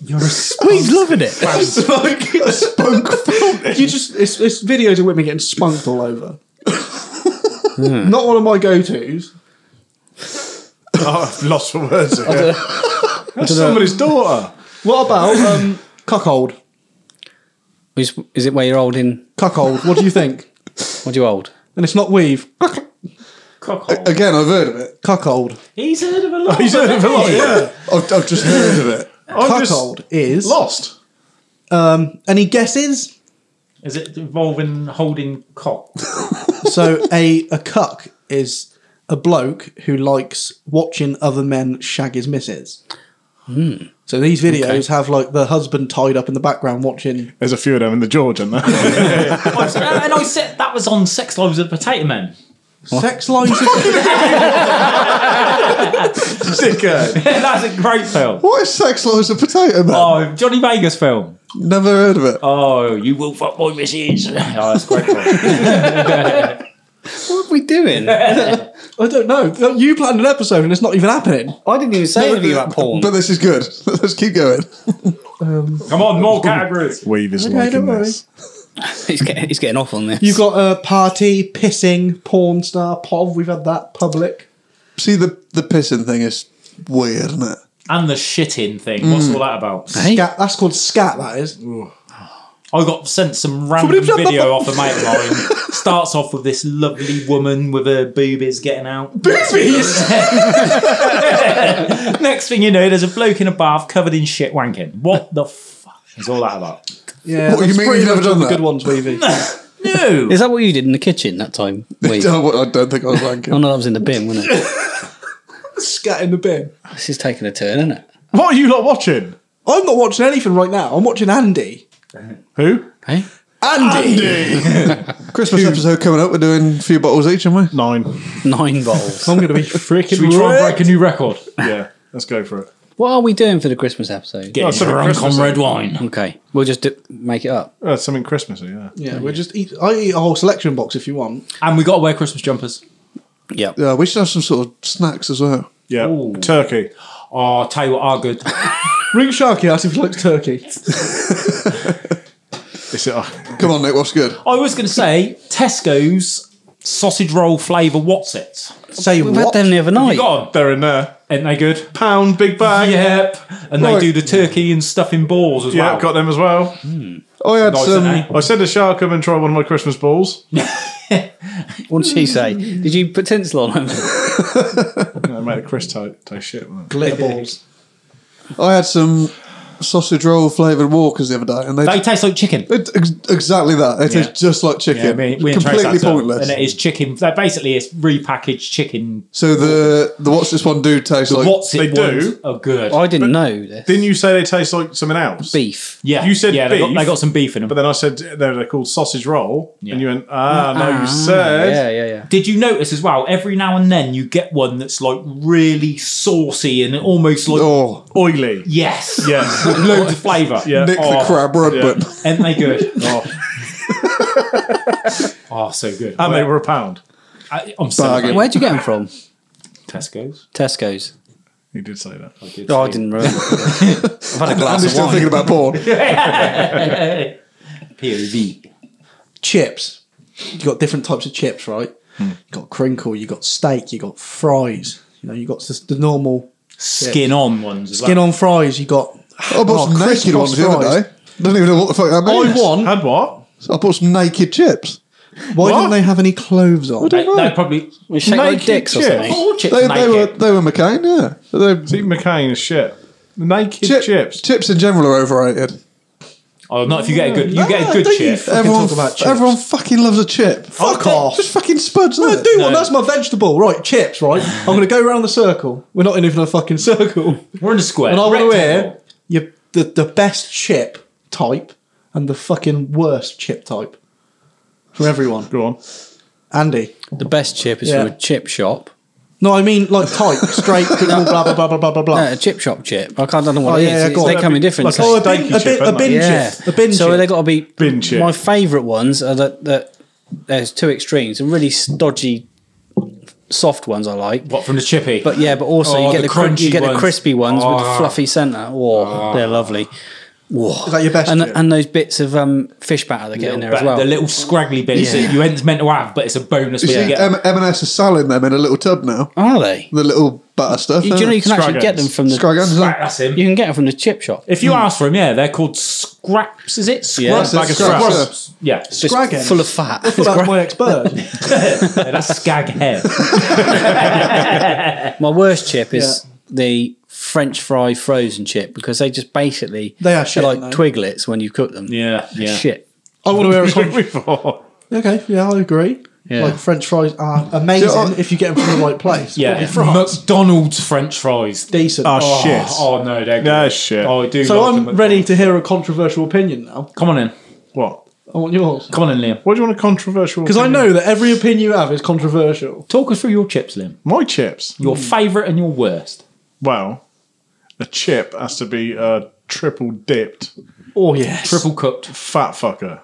Speaker 2: You're a
Speaker 1: He's loving it.
Speaker 5: a spunk fountain.
Speaker 6: You just it's, it's videos of women getting spunked all over.
Speaker 5: Hmm.
Speaker 6: Not one of my go-to's.
Speaker 3: oh, I've lost for words. Here. That's somebody's daughter.
Speaker 6: What about um, cuckold?
Speaker 1: Is, is it where you're holding?
Speaker 6: Cuckold. What do you think?
Speaker 1: What do you hold?
Speaker 6: And it's not weave.
Speaker 2: cockhole.
Speaker 5: Again, I've heard of it.
Speaker 6: Cuckold.
Speaker 2: He's heard of a lot.
Speaker 3: He's heard of a lot. Yeah.
Speaker 5: I've, I've just heard of it.
Speaker 3: I'm just
Speaker 6: Cuckold is.
Speaker 3: lost.
Speaker 6: Um, any guesses?
Speaker 2: Is it involving holding cock?
Speaker 6: So a a cuck is a bloke who likes watching other men shag his missus. Hmm. So these videos have like the husband tied up in the background watching.
Speaker 3: There's a few of them in the George, aren't there?
Speaker 2: I said- and I said that was on Sex Lives of the Potato Men.
Speaker 6: Sex lives.
Speaker 3: Dickhead.
Speaker 2: That's a great film.
Speaker 5: What is Sex Lives of Potato Man?
Speaker 2: Oh, Johnny Vegas film.
Speaker 5: Never heard of it.
Speaker 2: Oh, you will fuck my missus. Oh, that's a great film.
Speaker 1: What are we doing?
Speaker 6: I don't know. You planned an episode and it's not even happening.
Speaker 1: I didn't even say anything about porn.
Speaker 5: But this is good. Let's keep going.
Speaker 2: Come on, more categories.
Speaker 3: Weave is
Speaker 6: Okay,
Speaker 3: liking
Speaker 6: don't worry.
Speaker 3: this.
Speaker 1: he's, getting, he's getting off on this.
Speaker 6: You've got uh, party, pissing, porn star, pov. We've had that public.
Speaker 5: See, the, the pissing thing is weird, isn't it?
Speaker 2: And the shitting thing. What's all that about?
Speaker 1: Hey.
Speaker 6: Scat, that's called scat. That is.
Speaker 2: I got sent some random video off a mate of mine. Starts off with this lovely woman with her boobies getting out. Boobies. Next thing you know, there's a bloke in a bath covered in shit wanking. What the fuck is all that about?
Speaker 6: Yeah.
Speaker 5: What, you
Speaker 6: that's
Speaker 5: mean
Speaker 6: pretty
Speaker 5: you've never
Speaker 6: much all
Speaker 5: done
Speaker 6: the
Speaker 5: that?
Speaker 6: Good ones, Weavy.
Speaker 2: No.
Speaker 1: Is that what you did in the kitchen that time? Wait. oh
Speaker 5: Oh, I don't think I was wanking.
Speaker 1: no, that was in the bin, wasn't it?
Speaker 6: scat in the bin.
Speaker 1: This is taking a turn, isn't it?
Speaker 3: What are you lot watching?
Speaker 6: I'm not watching anything right now. I'm watching Andy.
Speaker 3: Who?
Speaker 1: Hey,
Speaker 6: Andy.
Speaker 5: Christmas episode coming up. We're doing a few bottles each, aren't we?
Speaker 3: Nine.
Speaker 1: nine bottles.
Speaker 6: I'm going to be freaking.
Speaker 2: Should we try and break a new record?
Speaker 3: Yeah, let's go for it.
Speaker 1: what are we doing for the Christmas episode?
Speaker 2: Get
Speaker 3: Oh, so
Speaker 2: drunk
Speaker 3: Christmas
Speaker 2: on red
Speaker 3: then.
Speaker 2: wine.
Speaker 1: Okay, we'll just do, make it up.
Speaker 3: Uh, something Christmassy, yeah.
Speaker 6: Yeah, we're just eat. I eat a whole selection box if you want.
Speaker 2: And we got to wear Christmas jumpers.
Speaker 1: Yeah.
Speaker 5: Yeah, we should have some sort of snacks as well.
Speaker 3: Yeah,
Speaker 2: Ooh.
Speaker 3: turkey.
Speaker 2: Oh, I'll tell you what, are good.
Speaker 6: Ring Sharky asked if he likes turkey.
Speaker 3: It's, uh,
Speaker 5: Come on, Nick, what's good?
Speaker 2: I was going to say Tesco's sausage roll flavour. What's it?
Speaker 6: Say
Speaker 1: We've
Speaker 6: what?
Speaker 1: had them the other night.
Speaker 2: God,
Speaker 3: they're in there.
Speaker 2: ain't they good?
Speaker 3: Pound, big bag.
Speaker 2: Yep. And
Speaker 3: Right.
Speaker 2: they do the turkey and stuff in balls as
Speaker 3: Yeah,
Speaker 2: well.
Speaker 3: got them as well.
Speaker 6: Oh,
Speaker 5: I had
Speaker 2: Nice,
Speaker 5: some.
Speaker 2: eh?
Speaker 3: I said to Shah, come and try one of my Christmas balls.
Speaker 1: What did she say? Did you put tinsel on them?
Speaker 3: I made a Chris taste shit. wasn't it?
Speaker 6: glitter balls.
Speaker 5: I had some sausage roll flavoured walkers the other day, and they,
Speaker 2: They taste like chicken.
Speaker 5: it, ex- exactly that. They taste just like chicken.
Speaker 2: Yeah, me- we and Trace
Speaker 5: Completely
Speaker 2: had some,
Speaker 5: pointless.
Speaker 2: And it is chicken. That basically is repackaged chicken.
Speaker 5: so the the what's this one Oh, do taste like?
Speaker 2: What's it?
Speaker 3: they
Speaker 2: ones
Speaker 3: do.
Speaker 2: Are good.
Speaker 1: Oh, I didn't know this.
Speaker 3: Didn't you say they taste like something else?
Speaker 1: Beef.
Speaker 2: yeah.
Speaker 3: you said
Speaker 2: yeah, They, got,
Speaker 3: beef,
Speaker 2: they got some beef in them.
Speaker 3: But then I said no, they're called sausage roll,
Speaker 2: Yeah.
Speaker 3: and you went, ah, no, you said.
Speaker 1: Yeah, yeah, yeah.
Speaker 2: Did you notice as well? Every now and then you get one that's like really saucy and almost like
Speaker 5: Oh,
Speaker 3: Oily.
Speaker 2: yes,
Speaker 3: Yes.
Speaker 2: with loads of flavour.
Speaker 3: Yeah.
Speaker 5: Nick
Speaker 2: Oh,
Speaker 5: the crab Rudman.
Speaker 2: Ain't they good?
Speaker 3: Oh.
Speaker 2: Oh, so good.
Speaker 3: and they were a pound.
Speaker 2: I, I'm so
Speaker 5: Bargain.
Speaker 1: Where'd you get them from?
Speaker 2: Tesco's.
Speaker 1: Tesco's.
Speaker 3: He did say that.
Speaker 1: Oh, I didn't remember. I've had a
Speaker 5: I'm
Speaker 1: glass of
Speaker 5: still
Speaker 1: wine.
Speaker 5: thinking about porn.
Speaker 2: POV.
Speaker 6: Chips. You got different types of chips, right?
Speaker 5: Hmm.
Speaker 6: You got crinkle. You got steak. You got fries. You know, you got the, the normal
Speaker 2: Skin on ones. As
Speaker 6: skin
Speaker 2: well.
Speaker 6: on fries. You got.
Speaker 5: Oh, I
Speaker 2: Oh,
Speaker 5: bought some
Speaker 6: Christmas
Speaker 5: naked ones the
Speaker 6: fries.
Speaker 5: other day. Don't even know what the fuck that
Speaker 6: I
Speaker 5: means.
Speaker 6: want.
Speaker 3: Had what?
Speaker 5: I bought some naked chips.
Speaker 6: Why didn't they have any clothes on?
Speaker 2: They, they probably.
Speaker 1: We shake like
Speaker 3: Naked
Speaker 1: dicks or
Speaker 3: chips.
Speaker 1: something.
Speaker 2: All chips
Speaker 5: They, they
Speaker 2: naked.
Speaker 5: were they were McCain, yeah. They,
Speaker 3: See, McCain is shit. Naked
Speaker 5: chip-
Speaker 3: chips.
Speaker 5: Chips in general are overrated. Ah,
Speaker 2: Oh, not if you get a good. You get a good
Speaker 6: don't
Speaker 2: chip.
Speaker 6: you fucking
Speaker 5: everyone,
Speaker 6: talk about chips.
Speaker 5: everyone fucking loves a chip.
Speaker 6: Fuck off.
Speaker 5: Just fucking spuds.
Speaker 6: No,
Speaker 5: isn't
Speaker 6: I
Speaker 5: it?
Speaker 6: do one.
Speaker 2: No.
Speaker 6: That's my vegetable. Right, chips, right? I'm going to go round the circle. We're not in even a fucking circle.
Speaker 2: We're in a square.
Speaker 6: And I want to hear
Speaker 2: Rectangle.
Speaker 6: your, the, the best chip type and the fucking worst chip type from everyone.
Speaker 3: Go on.
Speaker 6: Andy.
Speaker 1: The best chip is
Speaker 6: Yeah.
Speaker 1: from a chip shop.
Speaker 6: No, I mean like type, straight, good, blah, blah, blah, blah, blah, blah, blah.
Speaker 1: No, a chip shop chip. I can't I don't know
Speaker 6: Oh,
Speaker 1: what it
Speaker 6: yeah,
Speaker 1: is.
Speaker 6: yeah, go on.
Speaker 1: they come in different.
Speaker 3: Like a
Speaker 1: sizes.
Speaker 6: a bin,
Speaker 3: steaky
Speaker 6: a
Speaker 3: chip,
Speaker 6: bin, a
Speaker 3: isn't it?
Speaker 6: bin
Speaker 1: yeah,
Speaker 6: chip. A bin
Speaker 1: so
Speaker 6: chip.
Speaker 1: they got to be
Speaker 3: Bin chip.
Speaker 1: My favourite ones are that that there's two extremes. The really stodgy, soft ones I like.
Speaker 2: What from the chippy?
Speaker 1: But yeah, but also
Speaker 2: Oh,
Speaker 1: you get
Speaker 2: the
Speaker 1: the, cr-
Speaker 2: crunchy
Speaker 1: you get
Speaker 2: ones.
Speaker 1: the crispy ones with
Speaker 2: Ah.
Speaker 1: the fluffy centre. Oh, they're lovely. Whoa. Is
Speaker 6: that your best
Speaker 1: And,
Speaker 6: chip?
Speaker 1: and those bits of um, fish batter that get in there
Speaker 2: But
Speaker 1: as well.
Speaker 2: The little scraggly bits
Speaker 1: Yeah.
Speaker 2: that you ain't meant to have, but it's a bonus when you
Speaker 5: See, um,
Speaker 2: get.
Speaker 5: M- M&S are selling them in a little tub now.
Speaker 1: are they?
Speaker 5: The little butter stuff.
Speaker 1: You, do you know you can actually get
Speaker 3: Scraggins.
Speaker 1: them from the
Speaker 5: Scraggins,
Speaker 2: Right,
Speaker 5: isn't
Speaker 2: that's him.
Speaker 1: you can get them from the chip shop.
Speaker 2: If you ask for them, yeah, they're called scraps. Is it?
Speaker 1: Yeah,
Speaker 2: Scraps.
Speaker 1: so
Speaker 3: Bag of
Speaker 5: Scraps.
Speaker 3: scraps.
Speaker 2: Yeah,
Speaker 1: Just
Speaker 6: Scraggins?
Speaker 1: full of fat.
Speaker 6: What about my ex-bird?
Speaker 2: Yeah, that's scag hair.
Speaker 1: My worst chip is the French fry frozen chip because they just basically
Speaker 6: They are shit,
Speaker 1: they're like
Speaker 6: aren't they?
Speaker 1: twiglets when you cook them.
Speaker 2: Yeah, yeah.
Speaker 1: Shit.
Speaker 6: I want to wear a con-
Speaker 3: Before.
Speaker 6: Okay, yeah, I agree.
Speaker 1: Yeah.
Speaker 6: Like French fries are amazing
Speaker 5: Yeah, I-
Speaker 6: if you get them from the right place.
Speaker 2: Yeah,
Speaker 6: In France,
Speaker 2: McDonald's French fries.
Speaker 6: decent.
Speaker 3: Oh, shit.
Speaker 2: Oh no, they're good.
Speaker 3: No, shit.
Speaker 2: Oh, I do.
Speaker 6: so
Speaker 2: like
Speaker 6: I'm
Speaker 2: them.
Speaker 6: ready to hear a controversial opinion now.
Speaker 2: Come on in.
Speaker 3: What?
Speaker 6: I want yours
Speaker 2: Come on in, Liam.
Speaker 3: What do you want a controversial?
Speaker 6: because I
Speaker 3: opinion?
Speaker 6: know that every opinion you have is controversial.
Speaker 2: Talk us through your chips, Liam.
Speaker 3: my chips.
Speaker 2: Your favourite and your worst.
Speaker 3: Well, a chip has to be uh, triple dipped
Speaker 6: Oh yes,
Speaker 2: Triple cooked.
Speaker 3: fat fucker.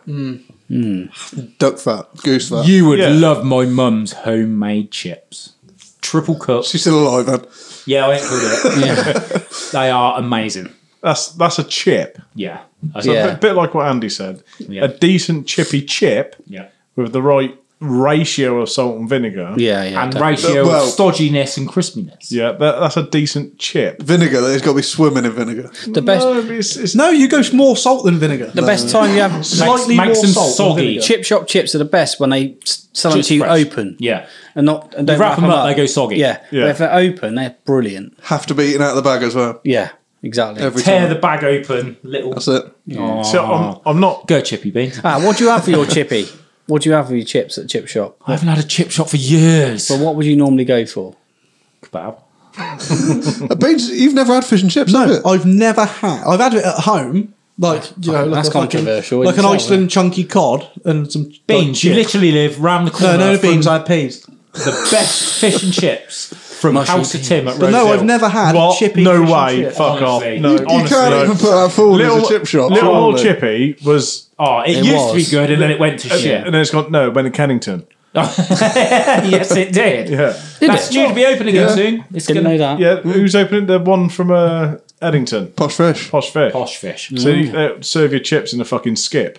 Speaker 5: it? Duck fat, goose fat.
Speaker 2: You would
Speaker 3: Yeah.
Speaker 2: love my mum's homemade chips. triple cup.
Speaker 5: She's still alive, man.
Speaker 2: Yeah, I ain't called it.
Speaker 1: Yeah.
Speaker 2: They are amazing.
Speaker 3: That's that's a chip.
Speaker 2: Yeah.
Speaker 1: Yeah.
Speaker 3: A bit like what Andy said.
Speaker 2: Yeah.
Speaker 3: A decent chippy chip
Speaker 2: Yeah.
Speaker 3: with the right ratio of salt and vinegar.
Speaker 1: yeah, yeah.
Speaker 2: And
Speaker 1: don't-
Speaker 2: ratio
Speaker 5: Well-
Speaker 2: of stodginess and crispiness.
Speaker 3: Yeah, that, that's a decent chip.
Speaker 5: Vinegar. It's got to be swimming in vinegar.
Speaker 1: the best
Speaker 3: No, but it's, it's
Speaker 6: No, you go more salt than vinegar.
Speaker 1: the best time you have
Speaker 6: Slightly
Speaker 2: makes
Speaker 6: more
Speaker 2: them
Speaker 6: salt than
Speaker 2: soggy.
Speaker 6: vinegar.
Speaker 1: chip shop chips are the best when they s- sell them
Speaker 2: Just
Speaker 1: to you
Speaker 2: fresh.
Speaker 1: open.
Speaker 2: Yeah.
Speaker 1: And not and don't
Speaker 2: wrap
Speaker 1: wrap
Speaker 2: them up, they go soggy.
Speaker 1: Yeah.
Speaker 3: Yeah.
Speaker 1: But if they're open, they're brilliant.
Speaker 5: Have to be eaten out of the bag as well.
Speaker 1: Yeah. Exactly.
Speaker 5: Every
Speaker 2: Tear
Speaker 5: time.
Speaker 2: the bag open, little.
Speaker 5: That's it.
Speaker 3: so
Speaker 5: Ah.
Speaker 3: I'm, I'm not
Speaker 2: Go, Chippy Beans.
Speaker 1: ah, what do you have for your chippy? What do you have for your chips at chip shop?
Speaker 2: I haven't had a chip shop for years.
Speaker 1: But what would you normally go for?
Speaker 2: Kebab.
Speaker 5: Uh, Beans, you've never had fish and chips, have you?
Speaker 6: I've never had. I've had it at home, like you know, like
Speaker 1: That's
Speaker 6: a fucking-
Speaker 1: controversial in
Speaker 6: like an
Speaker 1: itself,
Speaker 6: Iceland chunky cod and some
Speaker 2: Beans. You
Speaker 6: Like,
Speaker 2: literally live round the corner.
Speaker 6: no, no
Speaker 2: from
Speaker 6: beans. I had peas.
Speaker 2: The best fish and chips from
Speaker 1: Mushy
Speaker 2: House of
Speaker 1: peas.
Speaker 2: Tim at
Speaker 6: But
Speaker 2: Rose
Speaker 6: no,
Speaker 2: Hill.
Speaker 6: I've never had
Speaker 3: What?
Speaker 6: chippy.
Speaker 3: no
Speaker 6: fish and
Speaker 3: way.
Speaker 6: chips.
Speaker 3: Fuck off.
Speaker 2: Honestly.
Speaker 3: No,
Speaker 2: You-
Speaker 5: You
Speaker 3: honestly.
Speaker 5: can't
Speaker 3: no.
Speaker 5: even put that forward as a chip shop.
Speaker 3: Little old
Speaker 5: surely.
Speaker 3: Chippy was.
Speaker 2: Oh, it,
Speaker 1: It
Speaker 2: used
Speaker 1: was.
Speaker 2: to be good and then it went to shit.
Speaker 3: And then it's gone, no, it went to Kennington.
Speaker 2: yes, it did.
Speaker 3: Yeah.
Speaker 2: That's due to be opening again soon. It's
Speaker 1: Didn't
Speaker 2: gonna
Speaker 1: know that.
Speaker 3: Yeah, who's opening the one from uh, Eddington?
Speaker 5: Posh Mm. fish.
Speaker 3: Posh Fish.
Speaker 2: posh fish.
Speaker 3: So you uh, serve your chips in a fucking skip.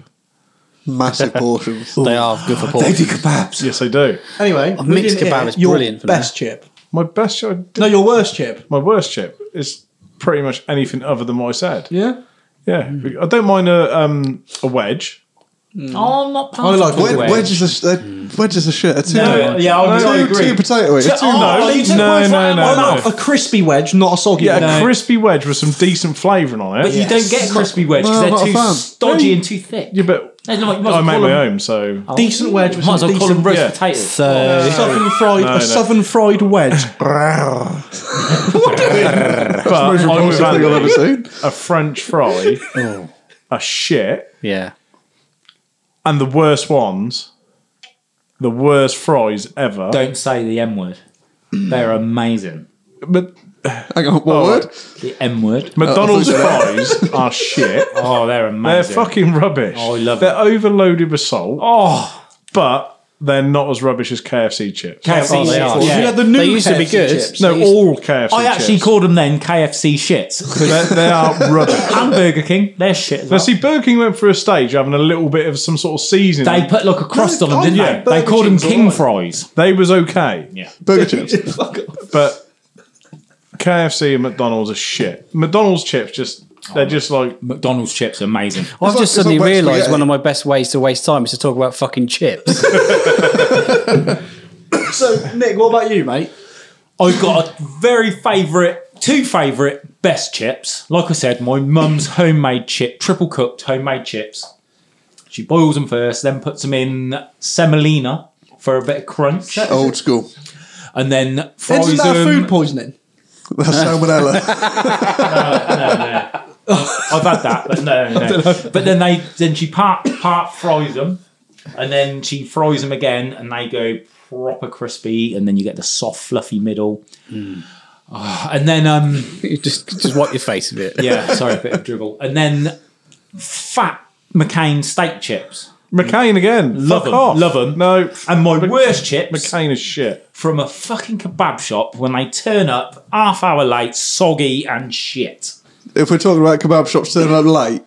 Speaker 5: Massive portions.
Speaker 1: They are good for pork.
Speaker 5: kebabs.
Speaker 3: Yes, they do.
Speaker 6: Anyway,
Speaker 1: A mixed
Speaker 6: we didn't
Speaker 1: kebab
Speaker 6: hear
Speaker 1: is
Speaker 6: your
Speaker 1: brilliant for
Speaker 6: Best chip.
Speaker 3: My best chip,
Speaker 6: No, your worst chip.
Speaker 3: my worst chip is pretty much anything other than what I said.
Speaker 6: Yeah.
Speaker 3: Yeah, I don't mind a um, a wedge.
Speaker 1: Mm.
Speaker 2: Oh, I'm not
Speaker 6: I
Speaker 2: part
Speaker 6: like
Speaker 2: of the
Speaker 5: Wed-
Speaker 2: wedge.
Speaker 5: wedges, is- they- wedges are shit. They're too,
Speaker 2: No, yeah, I, would-
Speaker 5: too,
Speaker 2: I agree.
Speaker 5: too potato
Speaker 2: Two-
Speaker 5: It's too
Speaker 2: oh,
Speaker 3: no,
Speaker 2: you took
Speaker 3: no,
Speaker 2: words
Speaker 3: no,
Speaker 2: right out of
Speaker 3: no,
Speaker 2: my
Speaker 3: no.
Speaker 2: mouth.
Speaker 6: A crispy wedge, not a soggy
Speaker 3: Yeah,
Speaker 6: one.
Speaker 3: a
Speaker 2: No.
Speaker 3: crispy wedge with some decent flavouring on it.
Speaker 2: But you don't get a crispy wedge
Speaker 5: No,
Speaker 2: because
Speaker 5: I'm not a
Speaker 2: they're too
Speaker 5: fan.
Speaker 2: stodgy and too thick.
Speaker 3: yeah, but
Speaker 2: They're like- you might as
Speaker 3: I
Speaker 2: well
Speaker 3: make
Speaker 2: call
Speaker 3: my
Speaker 2: them-
Speaker 3: own, so
Speaker 6: Decent wedge with
Speaker 2: Might as
Speaker 6: some
Speaker 2: well call them
Speaker 6: decent
Speaker 2: roast
Speaker 3: yeah.
Speaker 2: potatoes.
Speaker 1: So
Speaker 6: southern fried,
Speaker 3: No,
Speaker 6: a
Speaker 3: no.
Speaker 6: southern fried wedge.
Speaker 3: but
Speaker 5: Most
Speaker 3: I'm with
Speaker 5: repulsive thing I've
Speaker 3: Andy.
Speaker 5: ever seen.
Speaker 3: a French fry, a shit,
Speaker 1: yeah.
Speaker 3: and the worst ones, the worst fries ever.
Speaker 2: Don't say the M word. They're amazing.
Speaker 3: But
Speaker 5: Hang on, what
Speaker 3: Oh,
Speaker 5: word?
Speaker 2: The M word.
Speaker 3: McDonald's
Speaker 5: I
Speaker 3: fries are shit.
Speaker 2: Oh, they're
Speaker 3: They're
Speaker 2: amazing.
Speaker 3: fucking rubbish.
Speaker 2: Oh, I love
Speaker 3: They're overloaded with salt,
Speaker 2: Oh,
Speaker 3: but they're not as rubbish as KFC chips.
Speaker 2: KFC
Speaker 1: Oh, they
Speaker 2: shit.
Speaker 1: are.
Speaker 2: Yeah.
Speaker 6: You had the new
Speaker 1: They used to be
Speaker 6: KFC
Speaker 1: good.
Speaker 6: chips.
Speaker 3: no,
Speaker 1: they used-
Speaker 3: all KFC.
Speaker 2: I actually
Speaker 3: chips.
Speaker 2: called them then KFC shits.
Speaker 3: They're- they are rubbish.
Speaker 2: and Burger King, they're shit. As
Speaker 3: Now,
Speaker 2: well.
Speaker 3: see, Burger King went through a stage having a little bit of some sort of seasoning.
Speaker 2: They put like a crust on them, didn't
Speaker 3: yeah,
Speaker 2: they? They
Speaker 6: Burger
Speaker 2: called them
Speaker 6: King's
Speaker 2: King
Speaker 6: alright.
Speaker 2: fries.
Speaker 3: They was okay.
Speaker 2: Yeah.
Speaker 5: Burger chips.
Speaker 6: Fuck off.
Speaker 3: But KFC and McDonald's are shit. McDonald's chips just they're just like
Speaker 2: McDonald's chips are amazing.
Speaker 1: I've
Speaker 5: like-
Speaker 1: just
Speaker 5: it's like
Speaker 1: suddenly
Speaker 5: wet
Speaker 1: realised
Speaker 5: spaghetti.
Speaker 1: one of my best ways to waste time is to talk about fucking chips.
Speaker 6: So, Nick, what about you, mate?
Speaker 2: I've got a very favourite, two favourite best chips. Like I said, my mum's homemade chip, triple cooked homemade chips. She boils them first, then puts them in semolina for a bit of crunch,
Speaker 5: Old school.
Speaker 2: and then fries
Speaker 6: Isn't that
Speaker 2: them.
Speaker 6: food poisoning?
Speaker 5: That's salmonella.
Speaker 2: I've had that, but no, no, no. But then they then she part part fries them, and then she fries them again, and they go proper crispy, and then you get the soft, fluffy middle. Ah, and then um.
Speaker 1: You just just wipe your face a bit.
Speaker 2: Yeah, sorry, a bit of dribble. And then fat McCain steak chips.
Speaker 3: McCain again.
Speaker 2: Love
Speaker 3: Fuck
Speaker 2: 'em,
Speaker 3: off.
Speaker 2: love 'em.
Speaker 3: No,
Speaker 2: And my worst chips
Speaker 3: McCain is shit.
Speaker 2: from a fucking kebab shop when they turn up half hour late, soggy and shit.
Speaker 5: if we're talking about kebab shops turning up late,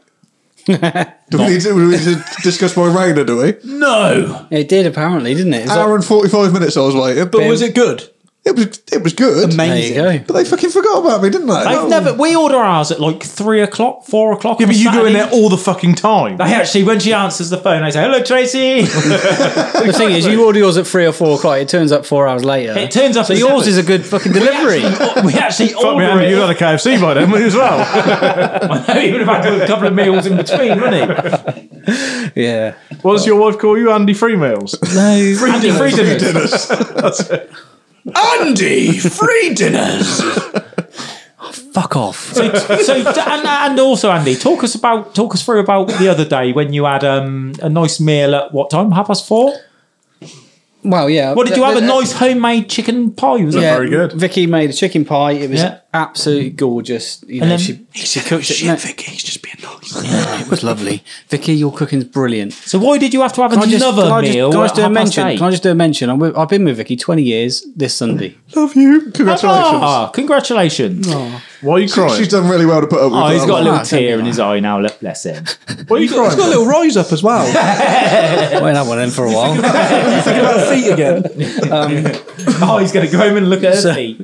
Speaker 5: do we, need to, we need to discuss my rainer, do we?
Speaker 2: No!
Speaker 1: It did apparently, didn't it? It's like-
Speaker 5: Hour and 45 minutes I was waiting.
Speaker 2: Um,
Speaker 6: But was it good?
Speaker 5: It was, it was good.
Speaker 1: there
Speaker 6: Amazing.
Speaker 1: you go.
Speaker 5: But they fucking forgot about me, didn't they? Oh,
Speaker 2: They've never we order ours at like three o'clock, four o'clock.
Speaker 3: Yeah,
Speaker 2: on
Speaker 3: but
Speaker 2: a
Speaker 3: you go in there
Speaker 2: Saturday.
Speaker 3: all the fucking time.
Speaker 2: They actually, when she answers the phone, I say, "Hello, Tracy."
Speaker 1: The thing is, you order yours at three or four o'clock. It turns up four hours later.
Speaker 2: It turns up
Speaker 1: So
Speaker 2: at
Speaker 1: yours
Speaker 2: seven.
Speaker 1: is a good fucking delivery.
Speaker 2: we actually
Speaker 3: Fuck me,
Speaker 2: order
Speaker 3: Andy,
Speaker 2: it.
Speaker 3: you had a KFC by then as well.
Speaker 2: he would have had a couple of meals in between, wouldn't he?
Speaker 1: yeah.
Speaker 3: what does your wife call you? Andy Free Meals.
Speaker 1: No.
Speaker 2: Andy free dinners.
Speaker 6: Andy, free dinners.
Speaker 1: Fuck off.
Speaker 2: so, so and, and also Andy, talk us about talk us through about the other day when you had um, a nice meal at what time? Half past four.
Speaker 1: Well, yeah.
Speaker 2: What did you have? A
Speaker 1: Uh,
Speaker 2: nice homemade chicken pie, was it?
Speaker 1: Yeah,
Speaker 3: very good.
Speaker 1: Vicky made a chicken pie. It was
Speaker 2: Yeah.
Speaker 1: absolutely gorgeous. You know,
Speaker 2: And then-
Speaker 1: she she cooked it. No,
Speaker 6: Vicky, he's just being nice.
Speaker 1: it was lovely. Vicky, your cooking's brilliant.
Speaker 2: So why did you have to have
Speaker 1: Can I
Speaker 2: another
Speaker 1: just, can I just,
Speaker 2: meal?
Speaker 1: can I
Speaker 2: at
Speaker 1: just do a
Speaker 2: half past
Speaker 1: mention?
Speaker 2: eight?
Speaker 1: Can I just do a mention? I'm with, I've been with Vicky 20 years this Sunday.
Speaker 5: Love you. Congratulations.
Speaker 2: Ah, congratulations.
Speaker 3: Why are you crying?
Speaker 5: She's done really well to put up with
Speaker 2: Oh,
Speaker 5: that
Speaker 2: he's got a
Speaker 5: one.
Speaker 2: little
Speaker 1: Oh, that's okay.
Speaker 2: tear in his eye now. look, Bless him.
Speaker 3: Why are you
Speaker 6: He's got a
Speaker 3: crying?
Speaker 6: little rise up as well.
Speaker 1: I won't have one in for a while.
Speaker 6: Think about feet again.
Speaker 2: oh, he's going to go home and look at her feet.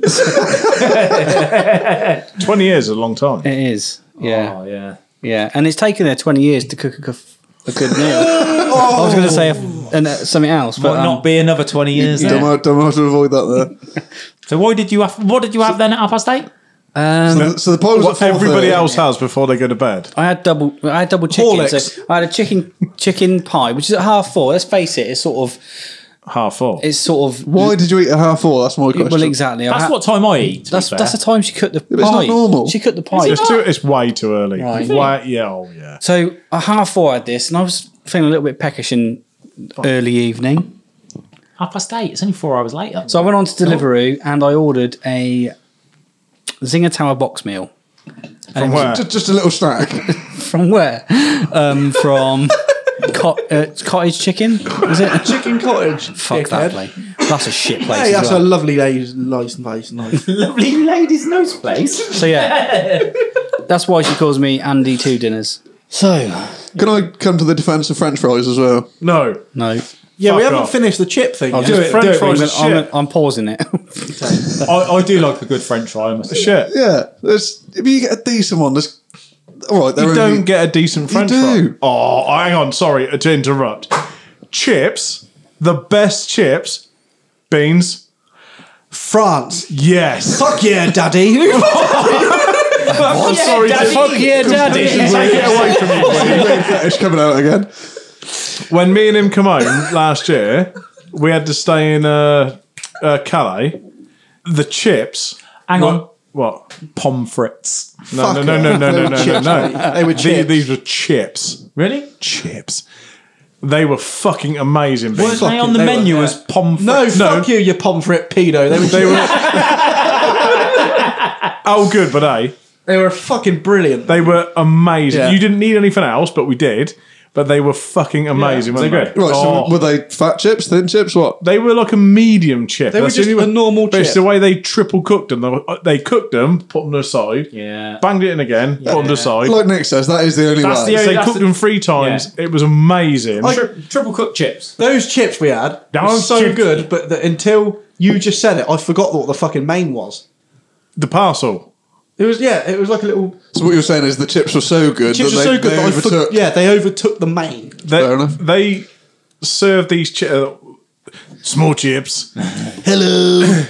Speaker 3: Twenty years is a long time.
Speaker 1: It is. Yeah.
Speaker 2: Oh, yeah.
Speaker 1: Yeah. And it's taken her 20 years to cook a, cuf- a good meal. I was going to say a, an, uh, something else, but.
Speaker 2: Oh. Might
Speaker 1: um,
Speaker 2: not be another 20 years
Speaker 5: Don't,
Speaker 2: then.
Speaker 5: want- don't want to avoid that there.
Speaker 2: So why did you have, what did you have then at half past eight?
Speaker 1: um,
Speaker 5: So, the- so the pie was at
Speaker 3: What everybody
Speaker 5: 4:30.
Speaker 3: else has before they go to bed.
Speaker 1: I had double. I had double chicken.
Speaker 6: Horlicks.
Speaker 1: So I had a chicken chicken pie, which is at half four. Let's face it, it's sort of
Speaker 3: Half four.
Speaker 1: it's sort of
Speaker 5: Why did you eat at half four? That's my question.
Speaker 1: well exactly. I
Speaker 2: That's
Speaker 1: had-
Speaker 2: what time I eat.
Speaker 1: That's that's the time she cooked the
Speaker 5: it's
Speaker 1: pie.
Speaker 5: not normal.
Speaker 1: She cooked the pie.
Speaker 3: It's too. It's way too early.
Speaker 1: Right.
Speaker 3: Way, yeah. Oh yeah.
Speaker 1: So I half four had this, and I was feeling a little bit peckish in early evening.
Speaker 2: half past eight. It's only four hours later.
Speaker 1: So I went on to Deliveroo and I ordered a Zinger Tower box meal.
Speaker 3: From where?
Speaker 5: Just, just a little snack.
Speaker 1: From where? Um, from co- uh, Cottage Chicken. Was it?
Speaker 6: Chicken cottage.
Speaker 1: Fuck that
Speaker 6: dickhead.
Speaker 1: place. That's a shit place.
Speaker 6: Hey,
Speaker 1: as
Speaker 6: that's
Speaker 1: well.
Speaker 6: a lovely lady's nice face. Nice.
Speaker 2: lovely lady's nose place.
Speaker 1: So yeah, that's why she calls me Andy Two Dinners. So
Speaker 5: Can I come to the defence of French fries as well?
Speaker 3: No.
Speaker 1: no,
Speaker 6: Yeah, we
Speaker 3: Fuck
Speaker 6: haven't
Speaker 3: off.
Speaker 6: finished the chip thing. yet.
Speaker 3: Do it.
Speaker 2: do
Speaker 3: French
Speaker 2: it,
Speaker 3: fries
Speaker 1: I'm,
Speaker 3: are
Speaker 1: I'm,
Speaker 3: shit.
Speaker 1: I'm pausing it.
Speaker 2: I, I do like a good French fry. I must admit.
Speaker 3: Shit.
Speaker 5: Yeah. There's, if you get a decent one, there's. All right, they're
Speaker 3: You
Speaker 5: only-
Speaker 3: don't get a decent French
Speaker 5: do.
Speaker 3: fry. Oh, hang on. Sorry to interrupt. Chips. The best chips. Beans.
Speaker 6: France.
Speaker 3: Yes.
Speaker 6: Fuck yeah, daddy.
Speaker 3: I'm sorry.
Speaker 2: Daddy.
Speaker 3: to-
Speaker 1: Fuck yeah, Daddy.
Speaker 3: Get away from me, please.
Speaker 5: It's coming out again.
Speaker 3: when me and him come home last year, we had to stay in uh, uh, Calais. The chips.
Speaker 2: Hang
Speaker 3: were-
Speaker 2: on.
Speaker 3: What?
Speaker 2: Pommes frites.
Speaker 3: No, no, no, no, no, no, no, no, no.
Speaker 5: They were
Speaker 3: The-
Speaker 5: chips.
Speaker 3: These were chips.
Speaker 2: Really?
Speaker 3: Chips. They were fucking amazing.
Speaker 2: Weren't
Speaker 3: Beans.
Speaker 2: they on the
Speaker 6: they were,
Speaker 2: menu
Speaker 6: yeah.
Speaker 2: as pommes frites?
Speaker 6: no,
Speaker 3: No.
Speaker 6: fuck you, you pommes frites pedo. They were,
Speaker 3: They were. oh, good, but they
Speaker 6: they were fucking brilliant.
Speaker 3: they were amazing.
Speaker 6: Yeah.
Speaker 3: You didn't need anything else, but we did. But they were fucking amazing.
Speaker 2: Yeah,
Speaker 3: weren't
Speaker 2: they're
Speaker 3: they?
Speaker 5: Right,
Speaker 3: Oh.
Speaker 5: so were they fat chips, thin chips, what?
Speaker 3: They were like a medium chip.
Speaker 6: They were
Speaker 3: That's the
Speaker 6: just
Speaker 3: only
Speaker 6: a
Speaker 3: way-
Speaker 6: normal
Speaker 3: But it's
Speaker 6: chip.
Speaker 3: the way they triple cooked them. They, were- uh, they cooked them, put them aside,
Speaker 2: Yeah.
Speaker 3: banged it in again, put them aside.
Speaker 5: Like Nick says, that is the only
Speaker 3: that's
Speaker 5: way.
Speaker 3: the
Speaker 2: Yeah,
Speaker 3: they
Speaker 2: that's
Speaker 3: cooked
Speaker 2: the-
Speaker 3: them three times. It was amazing.
Speaker 2: Tri- triple cooked chips.
Speaker 6: Those chips we had
Speaker 3: That
Speaker 6: were
Speaker 3: was
Speaker 6: so
Speaker 3: chips.
Speaker 6: good, but the, until you just said it, I forgot what the fucking main was.
Speaker 3: the parcel.
Speaker 6: It was yeah, it was like a little
Speaker 5: so what you're saying is the chips were so good
Speaker 6: chips
Speaker 5: that they,
Speaker 6: were so good.
Speaker 5: they
Speaker 6: that I
Speaker 5: overtook.
Speaker 6: forgot- yeah, they overtook the main.
Speaker 3: They,
Speaker 5: Fair enough.
Speaker 3: They served these chips. Small chips
Speaker 1: Oh,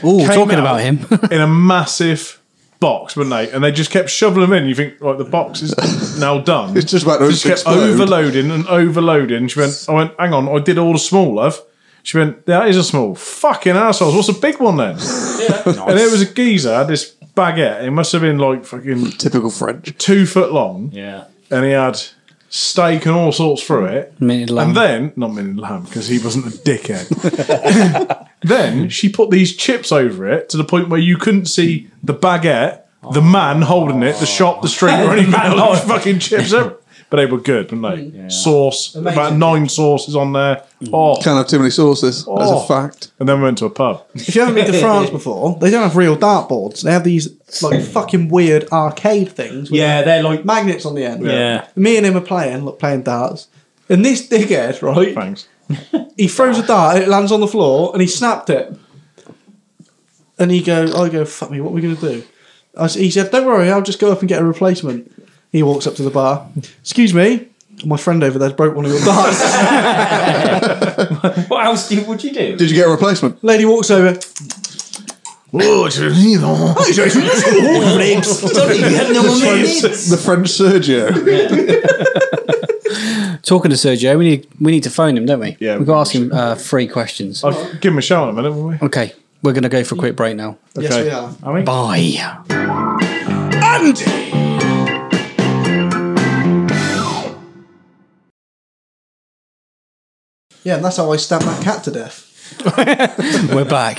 Speaker 3: Came
Speaker 1: talking
Speaker 3: out.
Speaker 1: about him.
Speaker 3: in a massive box, weren't they? And they just kept shoveling them in. You think, right, the box is now done.
Speaker 5: It's just about to
Speaker 3: just kept
Speaker 5: explode.
Speaker 3: overloading and overloading. She went, I went, hang on, I did all the small, love. She went, that is a small. Fucking assholes. What's a big one then? And it was a geezer, had this baguette. It must have been like fucking
Speaker 5: Typical French.
Speaker 3: two foot long.
Speaker 2: Yeah.
Speaker 3: And he had steak and all sorts through it.
Speaker 1: Minted lamb.
Speaker 3: And then, not minted lamb, because he wasn't a dickhead. then she put these chips over it to the point where you couldn't see the baguette, the man holding it, the shop, the street, or anything else. fucking chips. ev- But they were good,
Speaker 1: Mm.
Speaker 3: weren't they? Sauce, about nine sauces on there. Oh,
Speaker 5: Can't have too many sauces. That's
Speaker 3: Oh.
Speaker 5: a fact.
Speaker 3: and then we went to a pub.
Speaker 6: If you haven't been to France before, they don't have real dartboards. They have these like fucking weird arcade things. with
Speaker 2: Yeah, they're like.
Speaker 6: magnets on the end.
Speaker 2: Yeah.
Speaker 6: Me and him are playing, look, playing darts. And this dickhead, right?
Speaker 3: Thanks.
Speaker 6: He throws a dart, it lands on the floor, and he snapped it. And he goes, I go, fuck me, what are we going to do? I s he said, don't worry, I'll just go up and get a replacement. He walks up to the bar. Excuse me, my friend over there's broke one of your darts.
Speaker 2: What else do, would you do?
Speaker 5: Did you get a replacement?
Speaker 6: Lady walks over.
Speaker 3: Oh, it's a-
Speaker 5: The French Sergio.
Speaker 1: Talking to Sergio, we need we need to phone him, don't we?
Speaker 3: Yeah,
Speaker 1: we've got to ask him uh, three questions.
Speaker 3: I'll give him a shout in a minute, will we?
Speaker 1: Okay, we're going to go for a quick break now.
Speaker 6: Yes, we are.
Speaker 1: Bye.
Speaker 6: Yeah, and that's how I stabbed that cat to death.
Speaker 1: We're back.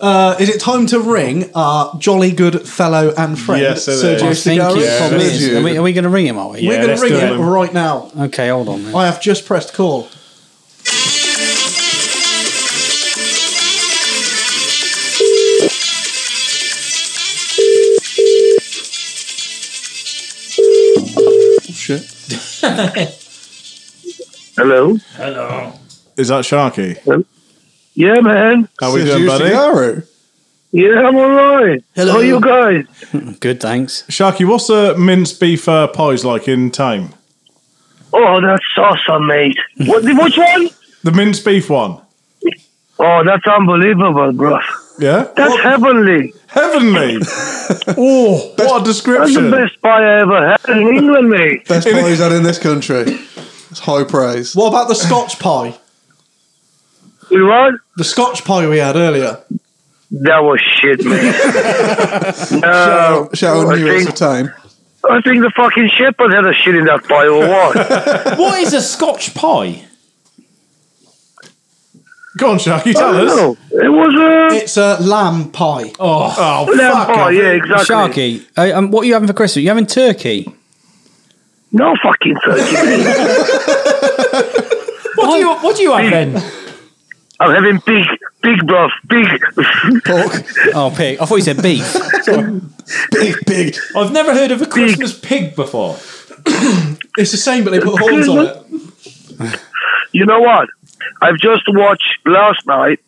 Speaker 6: Uh, is it time to ring our jolly good fellow and friend,
Speaker 3: Yes, it
Speaker 6: Sergio
Speaker 3: is.
Speaker 1: Thank
Speaker 6: Cigarra?
Speaker 1: you.
Speaker 5: Yeah,
Speaker 1: Probably
Speaker 5: that's
Speaker 1: is.
Speaker 5: you.
Speaker 1: Are we, going to ring him? Are we?
Speaker 6: We're
Speaker 3: Yeah,
Speaker 6: going
Speaker 3: let's
Speaker 6: to ring
Speaker 3: do
Speaker 6: him
Speaker 3: it.
Speaker 6: right now.
Speaker 1: Okay, hold on. Then.
Speaker 6: I have just pressed call.
Speaker 5: Shit.
Speaker 4: Hello.
Speaker 3: Is that Sharky?
Speaker 4: Yeah, man.
Speaker 3: How we
Speaker 5: Says
Speaker 3: doing,
Speaker 5: you,
Speaker 3: buddy?
Speaker 5: Cigarro.
Speaker 4: Yeah, I'm alright.
Speaker 6: Hello.
Speaker 4: How are you guys?
Speaker 1: Good, thanks.
Speaker 3: Sharky, what's the mince beef uh, pies like in time?
Speaker 4: Oh, that's awesome, mate. What? Which one?
Speaker 3: The mince beef one.
Speaker 4: Oh, that's unbelievable, bro.
Speaker 3: Yeah?
Speaker 4: That's heavenly.
Speaker 3: Heavenly. oh, what a
Speaker 4: That's
Speaker 3: description.
Speaker 4: the best pie I ever had in England, mate.
Speaker 5: Best pie he's had in this country. It's high praise.
Speaker 6: What about the Scotch pie?
Speaker 4: You what?
Speaker 6: The Scotch pie we had earlier.
Speaker 4: That was shit, mate. no,
Speaker 5: Shout out
Speaker 4: I
Speaker 5: New York
Speaker 4: think,
Speaker 5: time.
Speaker 4: I think the fucking shepherd had a shit in that pie or what?
Speaker 2: what is a Scotch pie?
Speaker 3: Go on, Sharky,
Speaker 4: I
Speaker 3: tell
Speaker 4: don't
Speaker 3: us.
Speaker 4: know. It was
Speaker 6: It's a lamb pie.
Speaker 3: Oh,
Speaker 4: a lamb
Speaker 3: fuck
Speaker 4: pie.
Speaker 3: off.
Speaker 4: Yeah, exactly.
Speaker 1: Sharky, uh, um, what are you having for Christmas? You having turkey?
Speaker 4: No fucking turkey. mate.
Speaker 2: What do you What do you have then?
Speaker 4: I'm having pig, pig, bro, pig.
Speaker 5: Pork.
Speaker 1: Oh, pig. I thought you said beef.
Speaker 5: Big, big.
Speaker 2: I've never heard of a Christmas pig before.
Speaker 6: It's the same, but they put horns on it.
Speaker 4: you know what? I've just watched last night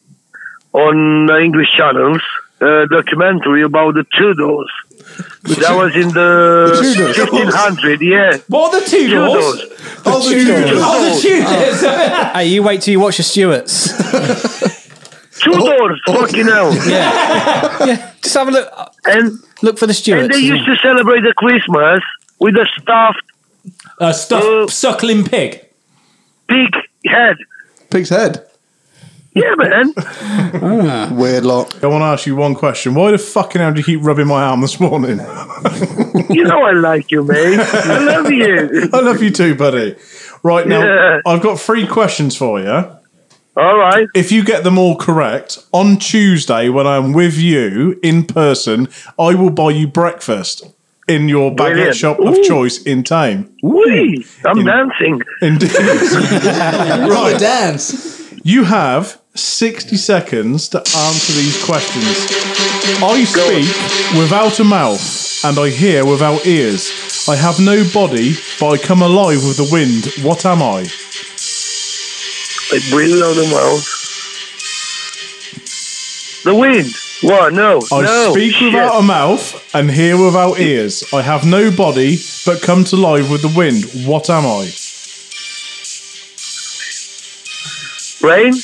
Speaker 4: on uh, English channels a documentary about the Tudors. That was in the,
Speaker 5: Tudors?
Speaker 4: 1500, yeah.
Speaker 2: What are the Tudors?
Speaker 4: Tudors.
Speaker 5: Oh, the Tudors.
Speaker 2: Oh, the Tudors.
Speaker 1: hey, you wait till you watch the Stewarts.
Speaker 4: Tudors, fucking hell.
Speaker 1: yeah, just have a look.
Speaker 4: And,
Speaker 1: Look for the
Speaker 4: and
Speaker 1: Stewarts.
Speaker 4: they used to celebrate the Christmas with a stuffed
Speaker 2: a stuffed suckling pig.
Speaker 4: pig head.
Speaker 5: Pig's head.
Speaker 4: Yeah, man.
Speaker 5: Weird lot.
Speaker 3: I want to ask you one question. Why the fucking hell do you keep rubbing my arm this morning?
Speaker 4: You know I like you, mate. I love you.
Speaker 3: I love you too, buddy. Right now,
Speaker 4: Yeah.
Speaker 3: I've got three questions for you.
Speaker 4: All right.
Speaker 3: If you get them all correct, on Tuesday when I'm with you in person, I will buy you breakfast in your baguette
Speaker 4: Brilliant.
Speaker 3: shop of choice in time.
Speaker 4: Whee! I'm
Speaker 3: You-
Speaker 4: dancing.
Speaker 3: Indeed.
Speaker 6: Right.
Speaker 3: right.
Speaker 6: dance.
Speaker 3: You have 60 seconds to answer these questions. I speak without a mouth and I hear without ears. I have no body, but I come alive with the wind. What am I?
Speaker 4: I breathe out of my mouth. The wind. What? No.
Speaker 3: I
Speaker 4: no.
Speaker 3: Oh, speak
Speaker 4: Shit.
Speaker 3: without a mouth and hear without ears. I have no body, but come to life with the wind. What am I?
Speaker 4: Rain?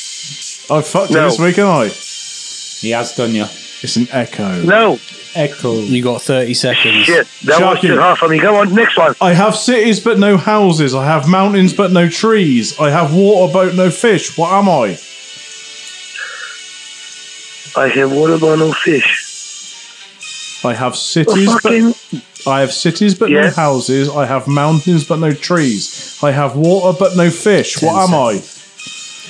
Speaker 3: I fucked
Speaker 4: No.
Speaker 3: it this week, and I.
Speaker 2: He has done you.
Speaker 3: It's an echo.
Speaker 4: No.
Speaker 2: Echo.
Speaker 1: you got 30 seconds.
Speaker 4: Shit. That was
Speaker 3: Shocking.
Speaker 4: too hard for me. Come on, next one.
Speaker 3: I have cities but no houses. I have mountains but no trees. I have water but no fish. What am I?
Speaker 4: I have water about no fish.
Speaker 3: I have
Speaker 4: A
Speaker 3: cities
Speaker 4: fucking
Speaker 3: but I have cities but no
Speaker 4: Yes.
Speaker 3: houses. I have mountains but no trees. I have water but no fish. what am I?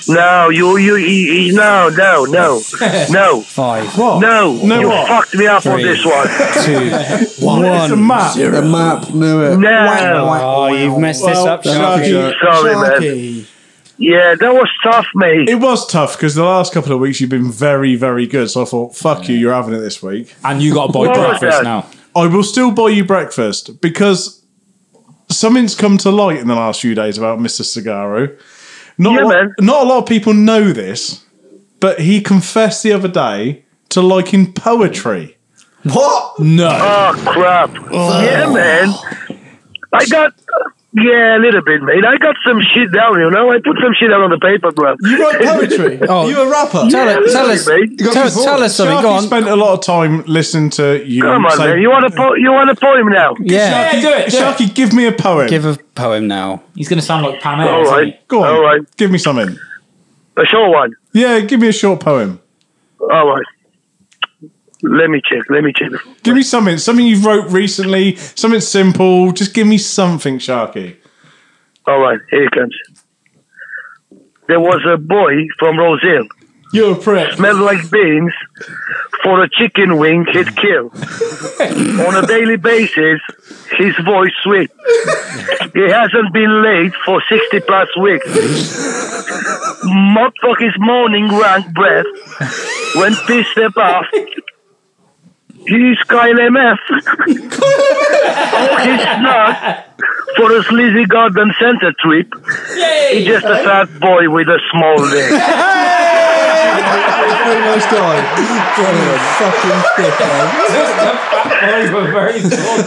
Speaker 4: no. You you, you you- no no no no
Speaker 1: Five,
Speaker 3: What?
Speaker 4: no.
Speaker 3: No
Speaker 4: you
Speaker 3: what?
Speaker 4: fucked me up on
Speaker 1: Three.
Speaker 4: this one.
Speaker 1: two, one.
Speaker 3: It's a map.
Speaker 5: The map knew it.
Speaker 4: No.
Speaker 1: Oh, you've messed this
Speaker 3: Well,
Speaker 1: up,
Speaker 3: Sharky.
Speaker 1: Sharky.
Speaker 4: Sorry, man.
Speaker 6: Sharky.
Speaker 4: Yeah, that was tough, mate.
Speaker 3: It was tough because the last couple of weeks you've been very, very good. So I thought, fuck you, you're having it this week.
Speaker 2: And you got to buy
Speaker 4: What was
Speaker 2: breakfast
Speaker 4: that?
Speaker 2: now.
Speaker 3: I will still buy you breakfast because something's come to light in the last few days about Mr. Cigaro. Not, a
Speaker 4: Yeah,
Speaker 3: lot,
Speaker 4: man.
Speaker 3: not a lot of people know this, but he confessed the other day to liking poetry.
Speaker 6: What?
Speaker 2: No.
Speaker 4: Oh crap! Yeah, man. I got yeah, a little bit, mate. I got some shit down, you know. I put some shit down on the paper, bro.
Speaker 6: You write poetry.
Speaker 1: Oh.
Speaker 6: You a rapper.
Speaker 1: Tell, us- tell
Speaker 4: Sorry,
Speaker 1: us,
Speaker 4: mate.
Speaker 1: tell, us- tell us something.
Speaker 3: Sharky
Speaker 1: Go on.
Speaker 3: spent a lot of time listening to you.
Speaker 4: Come on,
Speaker 3: say-
Speaker 4: man. You want a po- you want a poem now?
Speaker 1: Yeah.
Speaker 2: Yeah, do it. Do it.
Speaker 3: Sharky, give me a poem.
Speaker 1: Give a poem now.
Speaker 2: He's going to sound like Pam Ayres,
Speaker 4: All
Speaker 2: isn't
Speaker 4: right,
Speaker 3: Go on.
Speaker 4: All right,
Speaker 3: Give me something.
Speaker 4: a short one.
Speaker 3: Yeah, give me a short poem.
Speaker 4: All right. Let me check. Let me check.
Speaker 3: Give me something. Something you've wrote recently. Something simple. Just give me something, Sharky.
Speaker 4: All right, here it comes. there was a boy from Rosehill,
Speaker 3: You're a prick.
Speaker 4: smelled like beans, for a chicken wing he'd kill. On a daily basis, his voice sweet. He hasn't been late for 60 plus weeks. Mocked for his morning rank breath when pissed above. He's Kyle MF. oh, he's not for a sleazy garden center trip. He's just a fat boy with a small dick.
Speaker 6: Very nice guy. What a fucking eh? dick, man.
Speaker 2: Just a fat boy with very small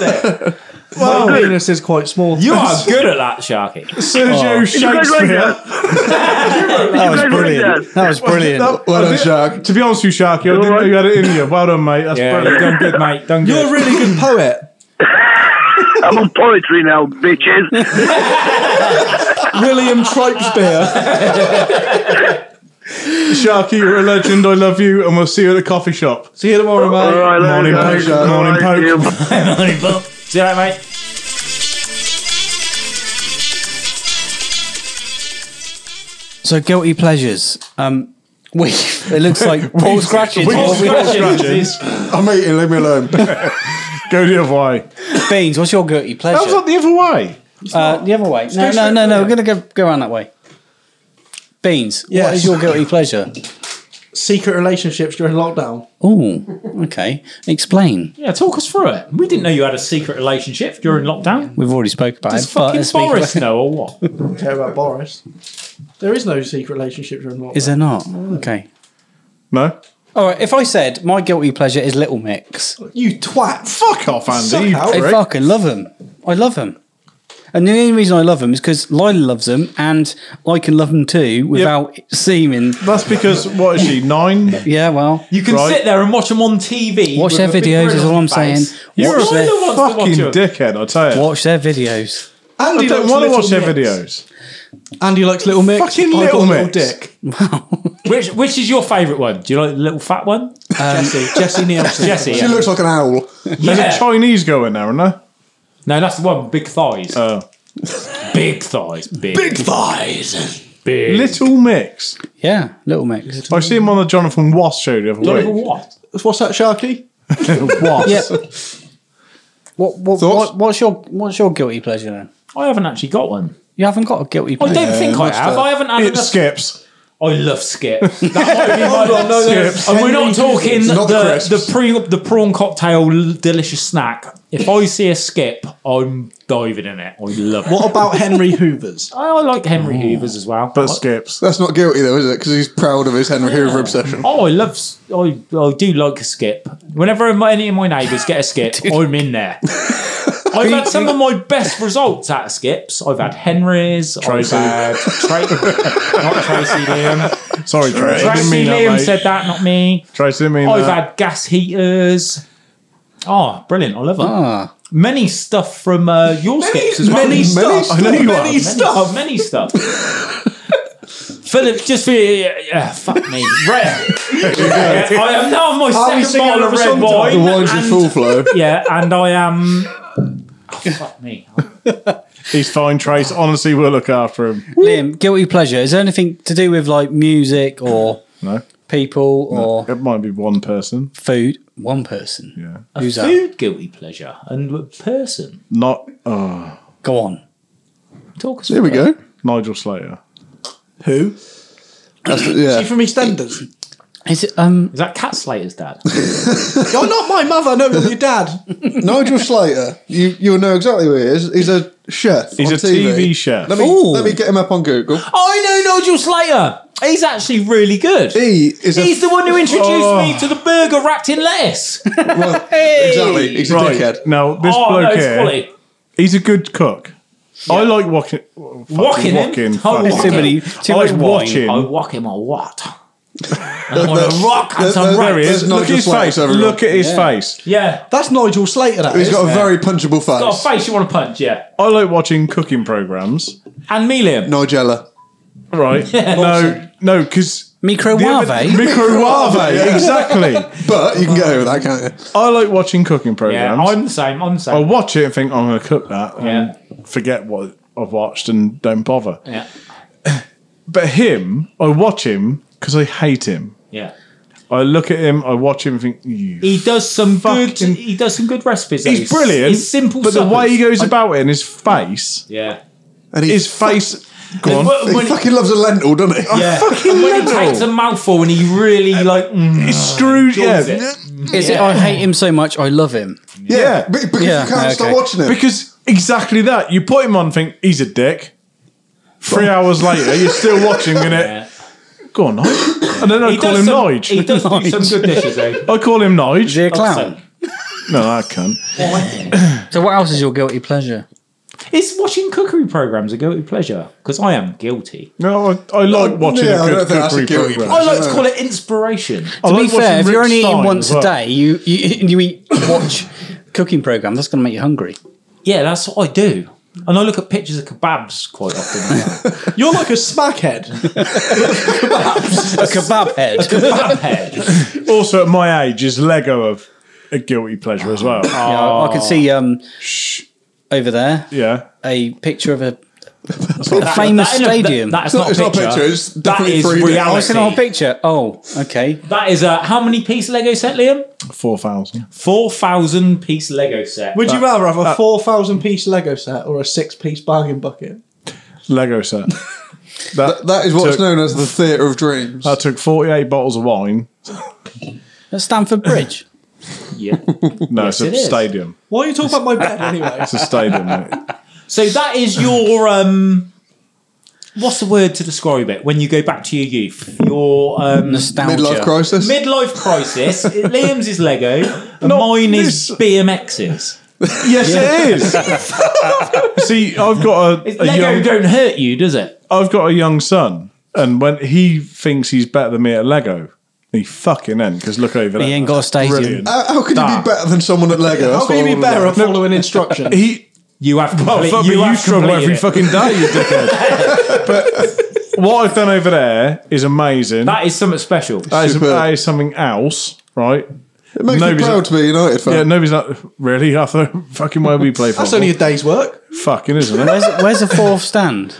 Speaker 2: dick.
Speaker 6: My penis is quite small.
Speaker 2: You are good at that, Sharky.
Speaker 3: Sergio
Speaker 4: guys like
Speaker 3: Shakespeare.
Speaker 1: That was
Speaker 4: guys like
Speaker 1: brilliant.
Speaker 4: that?
Speaker 1: That was brilliant.
Speaker 3: I
Speaker 5: Well done,
Speaker 3: did-
Speaker 5: Shark.
Speaker 3: To be honest with you, Sharky, I didn't know you had it in you. Well done, mate. That's
Speaker 2: Yeah, you've
Speaker 3: brilliant. Um,
Speaker 2: done good, mate. Done good.
Speaker 6: You're a really good poet.
Speaker 4: I'm on poetry now, bitches.
Speaker 6: William Tripespear.
Speaker 3: Sharky, you're a legend. I love you, and we'll see you at the coffee shop.
Speaker 6: See you tomorrow, mate.
Speaker 4: All right,
Speaker 3: Morning,
Speaker 4: guys.
Speaker 3: Pope. Morning,
Speaker 4: All right,
Speaker 3: Pope.
Speaker 4: you-
Speaker 2: See you later, mate.
Speaker 1: So guilty pleasures. Um, we. It looks like Paul's scratching.
Speaker 2: Paul Scratchings.
Speaker 5: I'm eating, leave me alone.
Speaker 3: Go the other way.
Speaker 1: Beans. What's your guilty
Speaker 3: That was
Speaker 1: pleasure?
Speaker 3: not the other way.
Speaker 1: Uh, the other way. No,
Speaker 3: go
Speaker 1: no,
Speaker 3: straight
Speaker 1: no,
Speaker 3: the
Speaker 1: no.
Speaker 3: other
Speaker 1: We're gonna go go around that way. Beans. What
Speaker 6: Yes.
Speaker 1: is your guilty pleasure?
Speaker 6: Secret relationships during lockdown.
Speaker 1: Oh, okay. Explain.
Speaker 2: Yeah, talk us through it. We didn't know you had a secret relationship during lockdown.
Speaker 1: We've already spoke about
Speaker 2: Does
Speaker 1: it. but
Speaker 2: fucking
Speaker 1: let's speak
Speaker 2: Boris
Speaker 1: about-
Speaker 2: know or what?
Speaker 6: Don't care about Boris. There is no secret relationship during lockdown.
Speaker 1: Is there not? Okay.
Speaker 3: No.
Speaker 1: All right. If I said my guilty pleasure is Little Mix,
Speaker 6: You twat.
Speaker 3: Fuck off,
Speaker 6: Suck
Speaker 3: Andy. you
Speaker 6: out.
Speaker 1: I
Speaker 3: prick.
Speaker 1: fucking love him. I love him. And the only reason I love him is because Lila loves him, and I can love him too without seeming.
Speaker 3: That's because what is she nine?
Speaker 1: Yeah, well,
Speaker 2: You can
Speaker 3: Right.
Speaker 2: sit there and watch them on TV.
Speaker 1: Watch
Speaker 2: with
Speaker 1: their
Speaker 2: a big
Speaker 1: videos
Speaker 2: grin
Speaker 1: is
Speaker 2: on
Speaker 1: all I'm
Speaker 2: your face.
Speaker 1: saying.
Speaker 2: You're
Speaker 1: Watch
Speaker 2: a
Speaker 1: their
Speaker 2: wants to watch
Speaker 3: Fucking
Speaker 2: 'em.
Speaker 3: dickhead, I tell you.
Speaker 1: watch their videos.
Speaker 6: Andy
Speaker 3: I don't
Speaker 6: likes
Speaker 3: want to
Speaker 6: Little
Speaker 3: watch their
Speaker 6: Mix.
Speaker 3: videos.
Speaker 6: Andy likes Little Mix.
Speaker 3: Fucking
Speaker 6: I got
Speaker 3: Little
Speaker 6: Little
Speaker 3: Mix.
Speaker 6: Dick.
Speaker 2: Which which is your favourite one? Do you like the little fat one?
Speaker 1: Um,
Speaker 6: Jesse. Jesse Nielsen.
Speaker 2: Jesse.
Speaker 5: She
Speaker 2: yeah.
Speaker 5: looks like an owl.
Speaker 3: There's
Speaker 2: Yeah.
Speaker 3: a Chinese girl in there, isn't there?
Speaker 2: No, that's the one. Big thighs.
Speaker 3: Oh.
Speaker 2: big thighs. Big. Big thighs. Big.
Speaker 3: Little Mix.
Speaker 1: Yeah, Little Mix.
Speaker 3: I see him on the Jonathan Wass show the other
Speaker 2: Little
Speaker 3: week.
Speaker 2: what?
Speaker 6: What's that, Sharky?
Speaker 3: Wass.
Speaker 1: Yeah. What, what,
Speaker 5: Thoughts?
Speaker 1: what, what's your what's your guilty pleasure then?
Speaker 2: I haven't actually got one.
Speaker 1: You haven't got a guilty
Speaker 2: I
Speaker 1: pleasure.
Speaker 2: don't think I
Speaker 5: must
Speaker 2: have.
Speaker 5: have.
Speaker 2: I haven't had
Speaker 3: It
Speaker 2: enough.
Speaker 3: skips.
Speaker 2: I love skips. That might be my
Speaker 6: no, no,
Speaker 2: skips. And we're not talking
Speaker 5: Not the
Speaker 2: the
Speaker 5: crisps.
Speaker 2: the, pre, the prawn cocktail l- delicious snack. If I see a skip, I'm diving in it. I love it.
Speaker 6: What about Henry Hoover's?
Speaker 2: I, I like Henry Hoover's as well.
Speaker 3: But skips.
Speaker 5: That's not guilty though, is it? Because he's proud of his Henry Hoover obsession.
Speaker 2: Oh, I love. s- I, I do like a skip. Whenever my- any of my neighbours get a skip, I'm in there. I've had some of my best results at skips. I've had Henry's.
Speaker 3: Tracy.
Speaker 2: I've had Tra- not Tracy Liam.
Speaker 3: Sorry, Tracy. I didn't
Speaker 2: Tracy
Speaker 3: mean that,
Speaker 2: Liam
Speaker 3: mate.
Speaker 2: said that, not me.
Speaker 3: Tracy didn't mean
Speaker 2: I've
Speaker 3: that.
Speaker 2: had gas heaters. Oh, brilliant! I love them.
Speaker 1: Ah,
Speaker 2: Many stuff from uh, your skips as well.
Speaker 6: Many stuff.
Speaker 3: I know you
Speaker 6: many
Speaker 3: are. Many
Speaker 6: stuff.
Speaker 2: Oh, many stuff. Philip, just for yeah, yeah, fuck me, red. Yeah, I am now on my second
Speaker 6: singing
Speaker 2: bottle of
Speaker 6: the
Speaker 2: red
Speaker 6: song to-
Speaker 5: The
Speaker 2: wine.
Speaker 5: wine's in full flow.
Speaker 2: Yeah, and I am. Oh, fuck me.
Speaker 3: He's fine, Trace. Honestly, we'll look after him.
Speaker 1: Liam, guilty pleasure. Is there anything to do with like music or
Speaker 3: No.
Speaker 1: people or
Speaker 3: It might be one person.
Speaker 1: food? One person.
Speaker 3: Yeah.
Speaker 1: Who's that?
Speaker 2: Food guilty pleasure and person.
Speaker 3: Not uh,
Speaker 1: Go on.
Speaker 2: Talk us.
Speaker 5: Here we go.
Speaker 3: Nigel Slater.
Speaker 6: Who?
Speaker 5: That's
Speaker 6: She
Speaker 5: yeah.
Speaker 6: from EastEnders.
Speaker 1: Is it um?
Speaker 2: Is that Cat Slater's dad?
Speaker 6: You're not my mother. No, you're your dad.
Speaker 5: Nigel Slater. You you'll know exactly who he is. He's a chef.
Speaker 3: He's
Speaker 5: on
Speaker 3: a TV chef.
Speaker 5: Let me
Speaker 1: Ooh.
Speaker 5: let me get him up on Google.
Speaker 2: I know Nigel Slater. He's actually really good.
Speaker 5: He is
Speaker 2: He's
Speaker 5: a
Speaker 2: the one who introduced me to the burger wrapped in lettuce.
Speaker 5: well, exactly. He's a dickhead.
Speaker 3: Now, this
Speaker 2: oh,
Speaker 3: bloke
Speaker 2: no, it's
Speaker 3: here,
Speaker 2: quality.
Speaker 3: he's a good cook. I like walking.
Speaker 2: Walking him.
Speaker 3: walking.
Speaker 2: Oh,
Speaker 1: Too many. Too
Speaker 3: I
Speaker 1: much
Speaker 3: like
Speaker 1: wine.
Speaker 3: watching.
Speaker 2: I walk him or what? I'm on a rock and
Speaker 5: there-
Speaker 2: some
Speaker 5: there-
Speaker 2: rocks.
Speaker 3: There he is.
Speaker 5: There's
Speaker 3: Look at
Speaker 5: Nigel
Speaker 3: his
Speaker 5: Slater,
Speaker 3: face.
Speaker 5: everyone.
Speaker 3: Look at his face.
Speaker 2: Yeah.
Speaker 6: That's Nigel Slater. That
Speaker 5: He's
Speaker 6: is.
Speaker 5: got a very punchable face.
Speaker 2: Got a face you want to punch, yeah.
Speaker 3: I like watching cooking programs.
Speaker 2: And me, Liam.
Speaker 5: Nigella.
Speaker 3: Right. no, no, because.
Speaker 1: Microwave.
Speaker 3: Microwave. exactly.
Speaker 5: But you can get over that, can't you?
Speaker 3: I like watching cooking
Speaker 2: Yeah,
Speaker 3: programs.
Speaker 2: I'm the same. I'm the
Speaker 5: Oh,
Speaker 3: I
Speaker 2: same.
Speaker 3: watch it and think, I'm going to cook that and
Speaker 2: Yeah.
Speaker 3: forget what I've watched and don't bother.
Speaker 2: yeah.
Speaker 3: But him, I watch him because I hate him.
Speaker 2: Yeah.
Speaker 3: I look at him, I watch him, and think you.
Speaker 2: He does some good.
Speaker 3: Fucking-
Speaker 2: He does some good recipes. though.
Speaker 3: he's brilliant.
Speaker 2: It's simple,
Speaker 3: but the
Speaker 2: suppers.
Speaker 3: way he goes about it and his face,
Speaker 2: Yeah.
Speaker 5: And he,
Speaker 3: his face. Go on.
Speaker 2: When-
Speaker 5: he
Speaker 2: when-
Speaker 5: fucking loves a lentil, doesn't he?
Speaker 2: yeah.
Speaker 3: fucking
Speaker 2: when he
Speaker 3: mental.
Speaker 2: takes a mouthful and he really like mm,
Speaker 3: He's screwed. Yeah,
Speaker 2: enjoys it.
Speaker 1: Is it? I hate him so much. I love him.
Speaker 5: Yeah,
Speaker 3: Yeah.
Speaker 5: be- because
Speaker 1: Yeah,
Speaker 5: you can't
Speaker 1: okay.
Speaker 5: stop watching it.
Speaker 3: because exactly that. You put him on, think he's a dick. Three hours later, you're still watching, and it.
Speaker 2: Yeah.
Speaker 3: Go on, Nige. And then I
Speaker 2: He
Speaker 3: call
Speaker 2: does
Speaker 3: him
Speaker 2: some,
Speaker 3: Nige.
Speaker 2: He does do some good dishes though.
Speaker 3: I call him
Speaker 1: Is he
Speaker 3: Nige.
Speaker 1: a clown?
Speaker 3: No, I can't.
Speaker 1: So what else is your guilty pleasure?
Speaker 2: Is watching cookery programs a guilty pleasure? Because I am guilty.
Speaker 3: No, I, I like watching
Speaker 5: yeah, I
Speaker 3: a
Speaker 5: don't
Speaker 3: good
Speaker 5: think that's a
Speaker 3: cookery
Speaker 5: guilty
Speaker 3: program.
Speaker 5: pleasure.
Speaker 2: I like to call it inspiration.
Speaker 3: I
Speaker 1: To
Speaker 3: like
Speaker 1: be fair,
Speaker 3: watching
Speaker 1: if you're
Speaker 3: Rick
Speaker 1: only
Speaker 3: Stein
Speaker 1: eating once
Speaker 3: as well.
Speaker 1: a day, you you, you eat watch cooking program. That's going to make you hungry.
Speaker 2: Yeah, that's what I do. And I look at pictures of kebabs quite often.
Speaker 6: You're like a smackhead.
Speaker 1: A kebab head.
Speaker 2: Kebab head.
Speaker 3: Also, at my age, is Lego of a guilty pleasure as well. Ah,
Speaker 1: Yeah, I can
Speaker 2: Oh.
Speaker 1: see um over there
Speaker 3: Yeah.
Speaker 1: a picture of a, a famous
Speaker 2: That in a-
Speaker 1: stadium.
Speaker 2: that- that is
Speaker 5: It's
Speaker 2: not, a picture.
Speaker 5: It's definitely
Speaker 2: is
Speaker 5: 3D.
Speaker 1: oh, it's an old
Speaker 2: reality.
Speaker 1: picture. Oh, okay.
Speaker 2: That is a how many piece Lego set, Liam?
Speaker 3: 4,000.
Speaker 2: Four thousand piece Lego set.
Speaker 6: Would you
Speaker 2: But
Speaker 6: rather have a 4,000 piece Lego set or a six piece bargain bucket?
Speaker 3: Lego set.
Speaker 5: That- that is what's
Speaker 3: took-
Speaker 5: known as the theatre of dreams.
Speaker 3: I took 48 bottles of wine.
Speaker 1: At Stamford Bridge.
Speaker 2: Yeah.
Speaker 3: No, it's a
Speaker 2: it is.
Speaker 3: stadium.
Speaker 6: Why are you talking about my bed anyway?
Speaker 3: It's a stadium. mate.
Speaker 2: So that is your um. What's the word to describe it? When you go back to your youth, your um,
Speaker 1: Nostalgia.
Speaker 5: Midlife crisis.
Speaker 2: midlife crisis. Liam's is Lego, and
Speaker 3: Not
Speaker 2: mine is
Speaker 3: this.
Speaker 2: BMXs.
Speaker 3: Yes, it is. see, I've got a, a
Speaker 2: Lego
Speaker 3: young,
Speaker 2: don't hurt you, does it?
Speaker 3: I've got a young son, and when he thinks he's better than me at Lego, he fucking end. Because look over there.
Speaker 1: He ain't got a stadium.
Speaker 3: Brilliant.
Speaker 5: Uh, How, how could you
Speaker 3: Nah.
Speaker 5: be better than someone at Lego? That's
Speaker 6: How can
Speaker 5: what
Speaker 6: you
Speaker 5: I
Speaker 6: be
Speaker 5: wanna
Speaker 6: better
Speaker 5: know.
Speaker 6: at following instructions?
Speaker 3: he
Speaker 2: You have
Speaker 3: Oh,
Speaker 2: complete,
Speaker 3: fuck
Speaker 2: you
Speaker 3: me, you
Speaker 2: have
Speaker 3: struggle
Speaker 2: completed
Speaker 3: every
Speaker 2: it.
Speaker 3: fucking day, you dickhead. but what I've done over there is amazing.
Speaker 2: That is something special.
Speaker 6: Uh,
Speaker 3: that, is,
Speaker 5: Superb.
Speaker 3: that is something else, right?
Speaker 5: It makes me
Speaker 3: Nobody's-
Speaker 5: proud to be a United fan.
Speaker 3: Yeah, nobody's like, really? After fucking where we play for.
Speaker 6: That's only a day's work.
Speaker 3: fucking, isn't it?
Speaker 1: Where's, where's the fourth stand?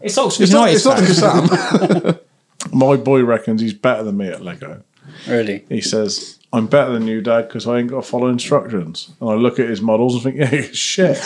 Speaker 2: It's Oxford
Speaker 1: It's not-
Speaker 2: United.
Speaker 5: it's not the Kassam.
Speaker 3: My boy reckons he's better than me at Lego.
Speaker 1: Really?
Speaker 3: He says, I'm better than you, Dad, because I ain't got to follow instructions. And I look at his models and think, yeah, shit.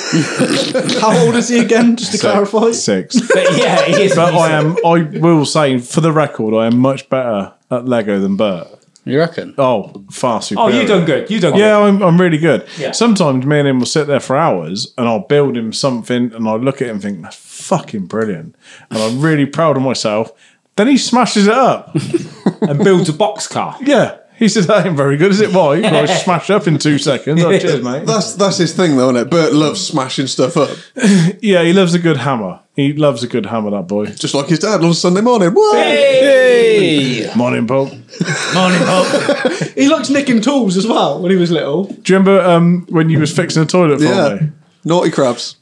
Speaker 6: How old is he again? Just to clarify.
Speaker 3: Six.
Speaker 2: But yeah, it is.
Speaker 3: But I am, I will say, for the record, I am much better at Lego than Bert.
Speaker 1: You reckon?
Speaker 3: Oh, far superior.
Speaker 2: Oh, you done good. You done
Speaker 3: Yeah, I'm, I'm really good.
Speaker 2: Yeah.
Speaker 3: Sometimes me and him will sit there for hours and I'll build him something and I'll look at him and think, that's fucking brilliant. And I'm really proud of myself. Then he smashes it up.
Speaker 2: good. And builds a box car.
Speaker 3: Yeah. He says, that ain't very good, is it? Why? Well, I smashed up in two seconds. Oh, cheers, mate.
Speaker 5: That's that's his thing, though, isn't it? Bert loves smashing stuff up,
Speaker 3: Yeah, he loves a good hammer. He loves a good hammer, that boy.
Speaker 5: just like his dad loves Sunday morning. Whoa!
Speaker 1: Hey!
Speaker 3: Morning, Paul. Do
Speaker 6: He likes nicking tools as well when he was little.
Speaker 3: you remember um, when you was fixing a toilet for
Speaker 5: Yeah.
Speaker 3: me?
Speaker 5: Naughty crabs.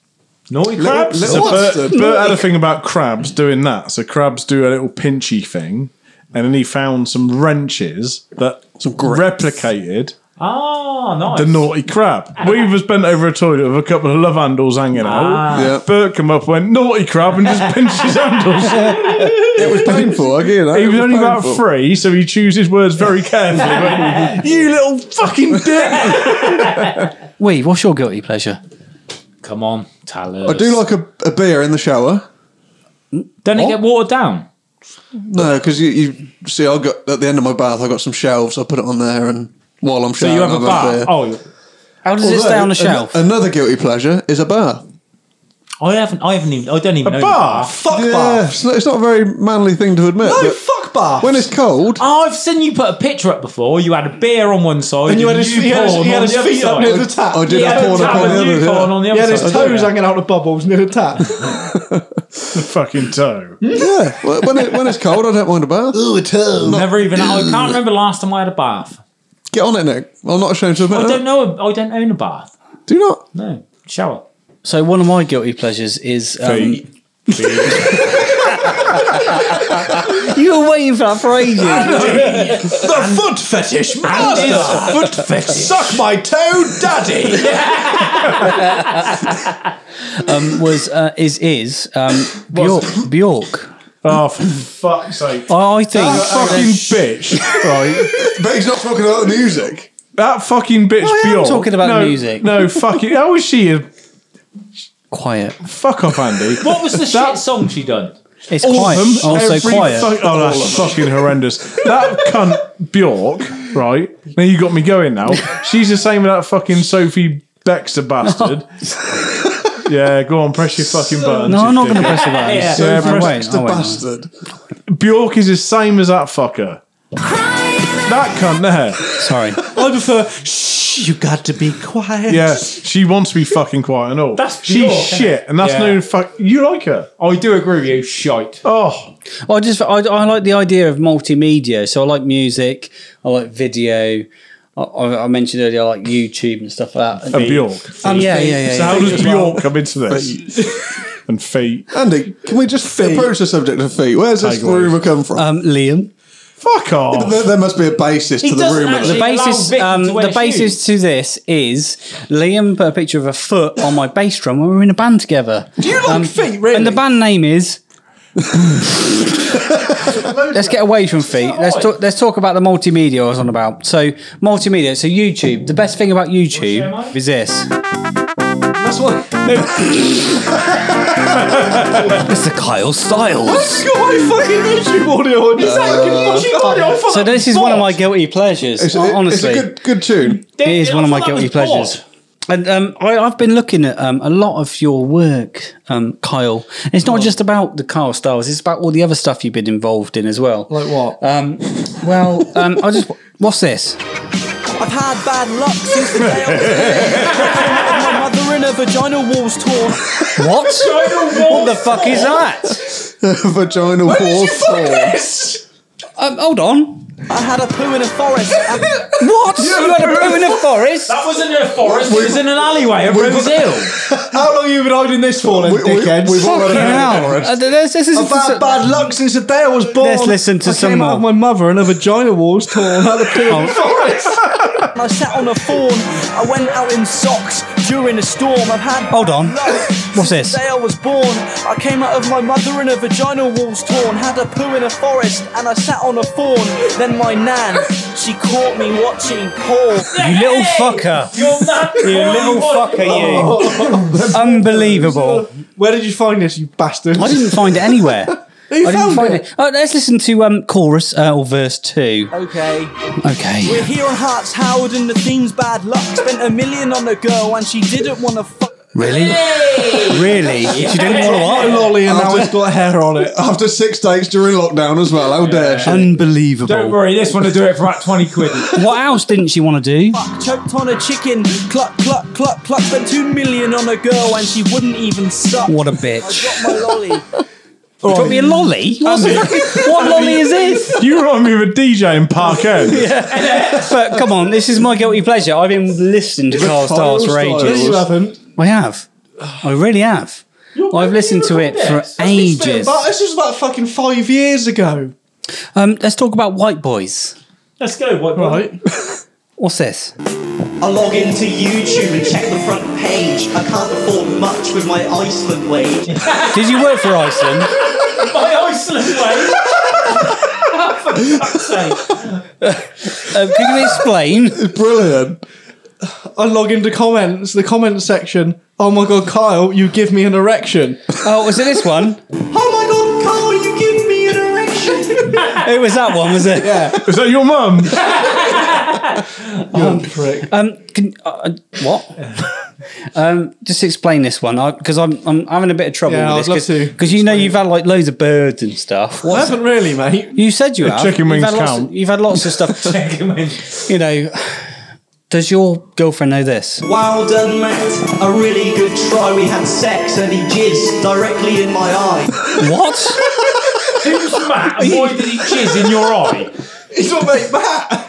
Speaker 2: Naughty
Speaker 5: Crabs?
Speaker 3: So
Speaker 5: What?
Speaker 3: Bert, Bert had uh, a thing about crabs doing that. So crabs do a little pinchy thing, and then he found some wrenches that replicated
Speaker 2: Ah, nice.
Speaker 3: the naughty crab. We was bent over a toilet with a couple of love handles hanging out.
Speaker 5: Yeah.
Speaker 3: Bert come up, went naughty crab, and just pinched his handles.
Speaker 5: It was painful. I hear that.
Speaker 3: He
Speaker 5: It
Speaker 3: was, only about
Speaker 5: painful.
Speaker 3: three, so he chose his words very carefully. went, you little fucking dick.
Speaker 1: Wait, what's your guilty pleasure?
Speaker 2: Come on, Talos.
Speaker 5: I do like a, a beer in the shower.
Speaker 2: Don't it get watered down?
Speaker 5: No, because you, you see, I got at the end of my bath, I got some shelves. I put it on there, and while I'm
Speaker 2: So
Speaker 5: showering,
Speaker 2: you have
Speaker 5: I
Speaker 2: a bar.
Speaker 5: beer.
Speaker 2: Oh,
Speaker 1: How does it
Speaker 5: Although,
Speaker 1: stay on the
Speaker 5: an-
Speaker 2: uh,
Speaker 1: shelf?
Speaker 5: another guilty pleasure is a bath.
Speaker 2: Oh, I haven't. I haven't even. I don't even know. the
Speaker 3: bar?
Speaker 6: Fuck
Speaker 5: yeah,
Speaker 6: bath.
Speaker 5: It's, not, it's not a very manly thing to admit.
Speaker 6: No,
Speaker 5: but
Speaker 6: fuck bath.
Speaker 5: when it's cold,
Speaker 2: Oh, I've seen you put a picture up before. You had a beer on one side,
Speaker 6: And you had his, he had his,
Speaker 2: porn
Speaker 6: he had
Speaker 2: on
Speaker 6: his
Speaker 2: the other
Speaker 6: feet up
Speaker 2: side.
Speaker 6: near the tap.
Speaker 5: I did
Speaker 2: He
Speaker 5: have
Speaker 2: had a
Speaker 5: porn
Speaker 2: tap
Speaker 5: up on
Speaker 2: and
Speaker 5: the
Speaker 2: you
Speaker 5: other.
Speaker 2: porn
Speaker 5: yeah.
Speaker 2: on the
Speaker 6: He
Speaker 2: other
Speaker 6: had his
Speaker 2: side.
Speaker 6: toes hanging out the bubbles near the tap.
Speaker 3: fucking toe.
Speaker 5: Yeah, well, when, it, when it's cold, I don't mind a bath.
Speaker 6: Ooh, toe.
Speaker 2: Never even. I can't remember last time I had a bath.
Speaker 5: Get on it, Nick. I'm not ashamed to admit
Speaker 2: I
Speaker 5: that.
Speaker 2: don't know. I don't own a bath.
Speaker 5: Do you not.
Speaker 2: No shower.
Speaker 1: So one of my guilty pleasures is um,
Speaker 3: Feet. Feet.
Speaker 1: you were waiting for that for ages.
Speaker 6: The foot fetish
Speaker 2: It
Speaker 6: master.
Speaker 2: is foot fetish.
Speaker 6: Suck my toe, daddy.
Speaker 1: Um, was uh, is is um, Bjork Bjork
Speaker 3: Oh, for fuck's sake.
Speaker 1: I
Speaker 2: Uh,
Speaker 1: think.
Speaker 3: That fucking bitch. Right.
Speaker 5: But he's not talking about the music.
Speaker 3: That fucking bitch
Speaker 1: I am
Speaker 3: Bjorn.
Speaker 1: talking about
Speaker 3: no,
Speaker 1: music.
Speaker 3: No, fucking. How is she? A,
Speaker 1: quiet.
Speaker 3: fuck off, Andy.
Speaker 2: What was the shit song she done?
Speaker 1: It's
Speaker 3: All
Speaker 1: quiet.
Speaker 3: of them.
Speaker 1: also
Speaker 3: Every
Speaker 1: quiet.
Speaker 3: fuck- oh, that's fucking horrendous. That cunt Bjork, right? Now you got me going now. She's the same as that fucking Sophie Baxter bastard. yeah, go on, press your fucking button.
Speaker 1: no, I'm not going to press the button.
Speaker 2: Yeah.
Speaker 1: So
Speaker 3: Yeah,
Speaker 1: if I
Speaker 3: press
Speaker 1: Oh, wait,
Speaker 5: The
Speaker 1: I won't.
Speaker 5: bastard.
Speaker 3: Bjork is the same as that fucker. That cunt there.
Speaker 1: Sorry.
Speaker 2: I prefer.
Speaker 6: You got to be quiet.
Speaker 3: Yeah, she wants to be fucking quiet and all.
Speaker 2: That's
Speaker 3: she's
Speaker 2: Bjork, isn't
Speaker 3: shit, and that's
Speaker 2: Yeah.
Speaker 3: no fuck. You like her?
Speaker 2: I do agree with you. Shite.
Speaker 3: Oh,
Speaker 1: I just I, I like the idea of multimedia. So I like music. I like video. I, I I mentioned earlier I like YouTube and stuff like that.
Speaker 3: and Bjork.
Speaker 1: And yeah, yeah, yeah.
Speaker 3: So how
Speaker 1: yeah.
Speaker 3: does Bjork come into this? and feet.
Speaker 5: Andy, can we just approach the subject of feet? Where's this
Speaker 3: Take away.
Speaker 5: rumor come from?
Speaker 2: Uh,
Speaker 1: Um, Liam.
Speaker 3: Fuck off.
Speaker 5: there, there must be a basis
Speaker 2: He
Speaker 5: to the
Speaker 2: doesn't
Speaker 5: rumor.
Speaker 2: actually-
Speaker 1: The
Speaker 2: She allowed
Speaker 1: basis,
Speaker 2: Vic to
Speaker 1: um,
Speaker 2: wear
Speaker 1: the basis to this is Liam put a picture of a foot on my bass drum when we were in a band together. Um,
Speaker 6: Do you like feet, really?
Speaker 1: And the band name is. let's get away from feet. Let's talk. Let's talk about the multimedia I was on about. So multimedia. So YouTube. The best thing about YouTube is this.
Speaker 6: That's what.
Speaker 1: It's the Kyle Styles.
Speaker 6: Got my fucking YouTube audio on.
Speaker 1: Uh, So this is one of my guilty pleasures.
Speaker 5: It's a-
Speaker 1: honestly,
Speaker 5: it's a good, good tune.
Speaker 1: it is one of my guilty pleasures. And um, I, I've been looking at um, a lot of your work, um, Kyle. And it's not just about the Kyle Styles; it's about all the other stuff you've been involved in as well.
Speaker 6: Like what?
Speaker 1: Um, well, um, I just what's this?
Speaker 7: I've had bad luck since the day I was born. My mother in her vaginal walls torn.
Speaker 1: What? what the fuck is that?
Speaker 5: Vagina wall form.
Speaker 1: Um, hold on.
Speaker 7: I had a poo in a forest. And
Speaker 1: What? You had a poo in a forest?
Speaker 2: That wasn't in a forest. It was in an alleyway at Rose Hill.
Speaker 6: How long have you been hiding this for, then,
Speaker 5: We- we-
Speaker 6: dickheads?
Speaker 5: we've all had
Speaker 1: Fucking hell. Uh, this, this is
Speaker 6: I've had bad luck since the day I was born.
Speaker 1: Let's listen to
Speaker 6: I
Speaker 1: some
Speaker 6: came
Speaker 1: more. Oh.
Speaker 6: out of my mother and her vagina walls torn out of the pillow.
Speaker 7: I sat on a thorn. I went out in socks during a storm. I've had
Speaker 1: Hold on.
Speaker 7: bad luck
Speaker 1: What's
Speaker 7: since
Speaker 1: this?
Speaker 7: The day I was born. I came out of my mother in her vaginal walls torn. Had a poo in a forest and I sat on a thorn. Then my nan, she caught me watching porn.
Speaker 1: you little fucker.
Speaker 2: You're mad.
Speaker 1: You little fucker, you. Unbelievable.
Speaker 6: Oh, Where did you find this, you bastard?
Speaker 1: I didn't find it anywhere.
Speaker 6: You
Speaker 1: I didn't
Speaker 6: found
Speaker 1: find it. Oh, let's listen to um, chorus uh, or verse two.
Speaker 7: Okay.
Speaker 1: Okay.
Speaker 7: We're here on Hearts Howard and the theme's bad luck. Spent a million on a girl and she didn't want to fuck.
Speaker 1: Really? Really? She didn't want to what?
Speaker 6: Lolly and now it's got hair on it.
Speaker 5: After six days during lockdown as well. How dare she?
Speaker 2: Don't
Speaker 1: Unbelievable.
Speaker 2: worry, this one will do it for about 20 quid.
Speaker 1: What else didn't she want to do?
Speaker 7: Choked on a chicken. Cluck, cluck, cluck, cluck. Spent two million on a girl and she wouldn't even suck.
Speaker 1: What a
Speaker 7: I
Speaker 1: bitch.
Speaker 7: got my lolly.
Speaker 1: You Drop me a lolly? What's the fucking- what lolly is this?
Speaker 3: You remind me of a DJ in Park End.
Speaker 1: But come on, this is my guilty pleasure. I've been listening to Carl Stars for ages.
Speaker 6: haven't.
Speaker 1: I have. I really have. I've listened to it for ages.
Speaker 6: But this was about fucking five years ago.
Speaker 1: Um, let's talk about white boys.
Speaker 2: Let's go. What,
Speaker 6: Right.
Speaker 1: What's this?
Speaker 8: I log into YouTube and check the front page. I can't afford much with my Iceland wage.
Speaker 1: Did you work for Iceland?
Speaker 2: My Iceland way.
Speaker 1: Um, can you explain?
Speaker 5: Brilliant.
Speaker 6: I log into comments, the comment section. Oh my god, Kyle, you give me an erection.
Speaker 1: Oh, was it this one?
Speaker 8: Oh my god, Carl, you give me an erection!
Speaker 1: It was that one, was it?
Speaker 3: Is that your mum?
Speaker 1: Um, can, uh, uh, what? um, just explain this one because I'm I'm having a bit of trouble
Speaker 6: Yeah,
Speaker 1: with
Speaker 6: I'd
Speaker 1: this
Speaker 6: love to
Speaker 1: because you know you've had like loads of birds and stuff.
Speaker 6: I
Speaker 1: What's
Speaker 6: haven't really, mate.
Speaker 1: You said you have.
Speaker 3: chicken wings
Speaker 1: you've had Lots
Speaker 3: count.
Speaker 1: of, you've had lots of stuff. you know, does your girlfriend know this?
Speaker 8: Well done, Matt. A really good try. We had sex and he jizzed directly in my eye.
Speaker 1: What?
Speaker 2: Who's Matt? and Why did he jizz in your eye?
Speaker 5: He's not mate Matt.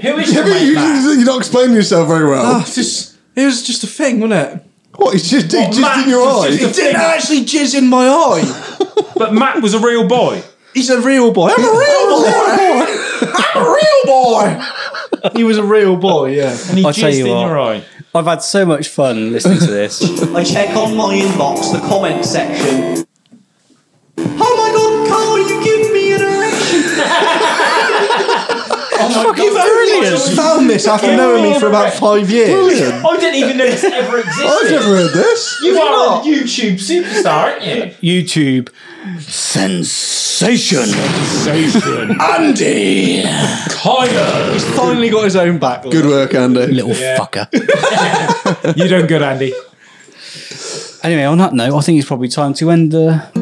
Speaker 2: Who is your
Speaker 5: You,
Speaker 2: mate, Matt?
Speaker 5: you, you're not explaining yourself very well.
Speaker 2: Ah.
Speaker 6: Oh, it's just, it was just a thing, wasn't it?
Speaker 5: what? He's just, he's just
Speaker 2: Matt
Speaker 5: in your
Speaker 2: was
Speaker 5: eye.
Speaker 2: just
Speaker 6: It didn't actually jizz in my eye.
Speaker 2: But Matt was a real boy.
Speaker 6: He's a real boy. I'm a real boy. I'm a real boy. He was a real boy, yeah.
Speaker 2: And he
Speaker 1: I'll
Speaker 2: jizzed
Speaker 1: tell you
Speaker 2: in
Speaker 1: what.
Speaker 2: your eye.
Speaker 1: I've had so much fun listening to this.
Speaker 8: I check on my inbox, the comment section.
Speaker 9: Oh my god, Carl, you give me an erection!
Speaker 2: Oh
Speaker 6: You've only found this after knowing me for about five years.
Speaker 5: Brilliant.
Speaker 2: I didn't even know this ever
Speaker 5: I've
Speaker 2: existed.
Speaker 5: never heard this.
Speaker 2: You are a YouTube superstar, aren't you?
Speaker 1: YouTube sensation.
Speaker 6: He's finally got his own back.
Speaker 5: Good work, Andy.
Speaker 1: Little fucker.
Speaker 10: You done good, Andy.
Speaker 1: Anyway, on that note, I think it's probably time to end the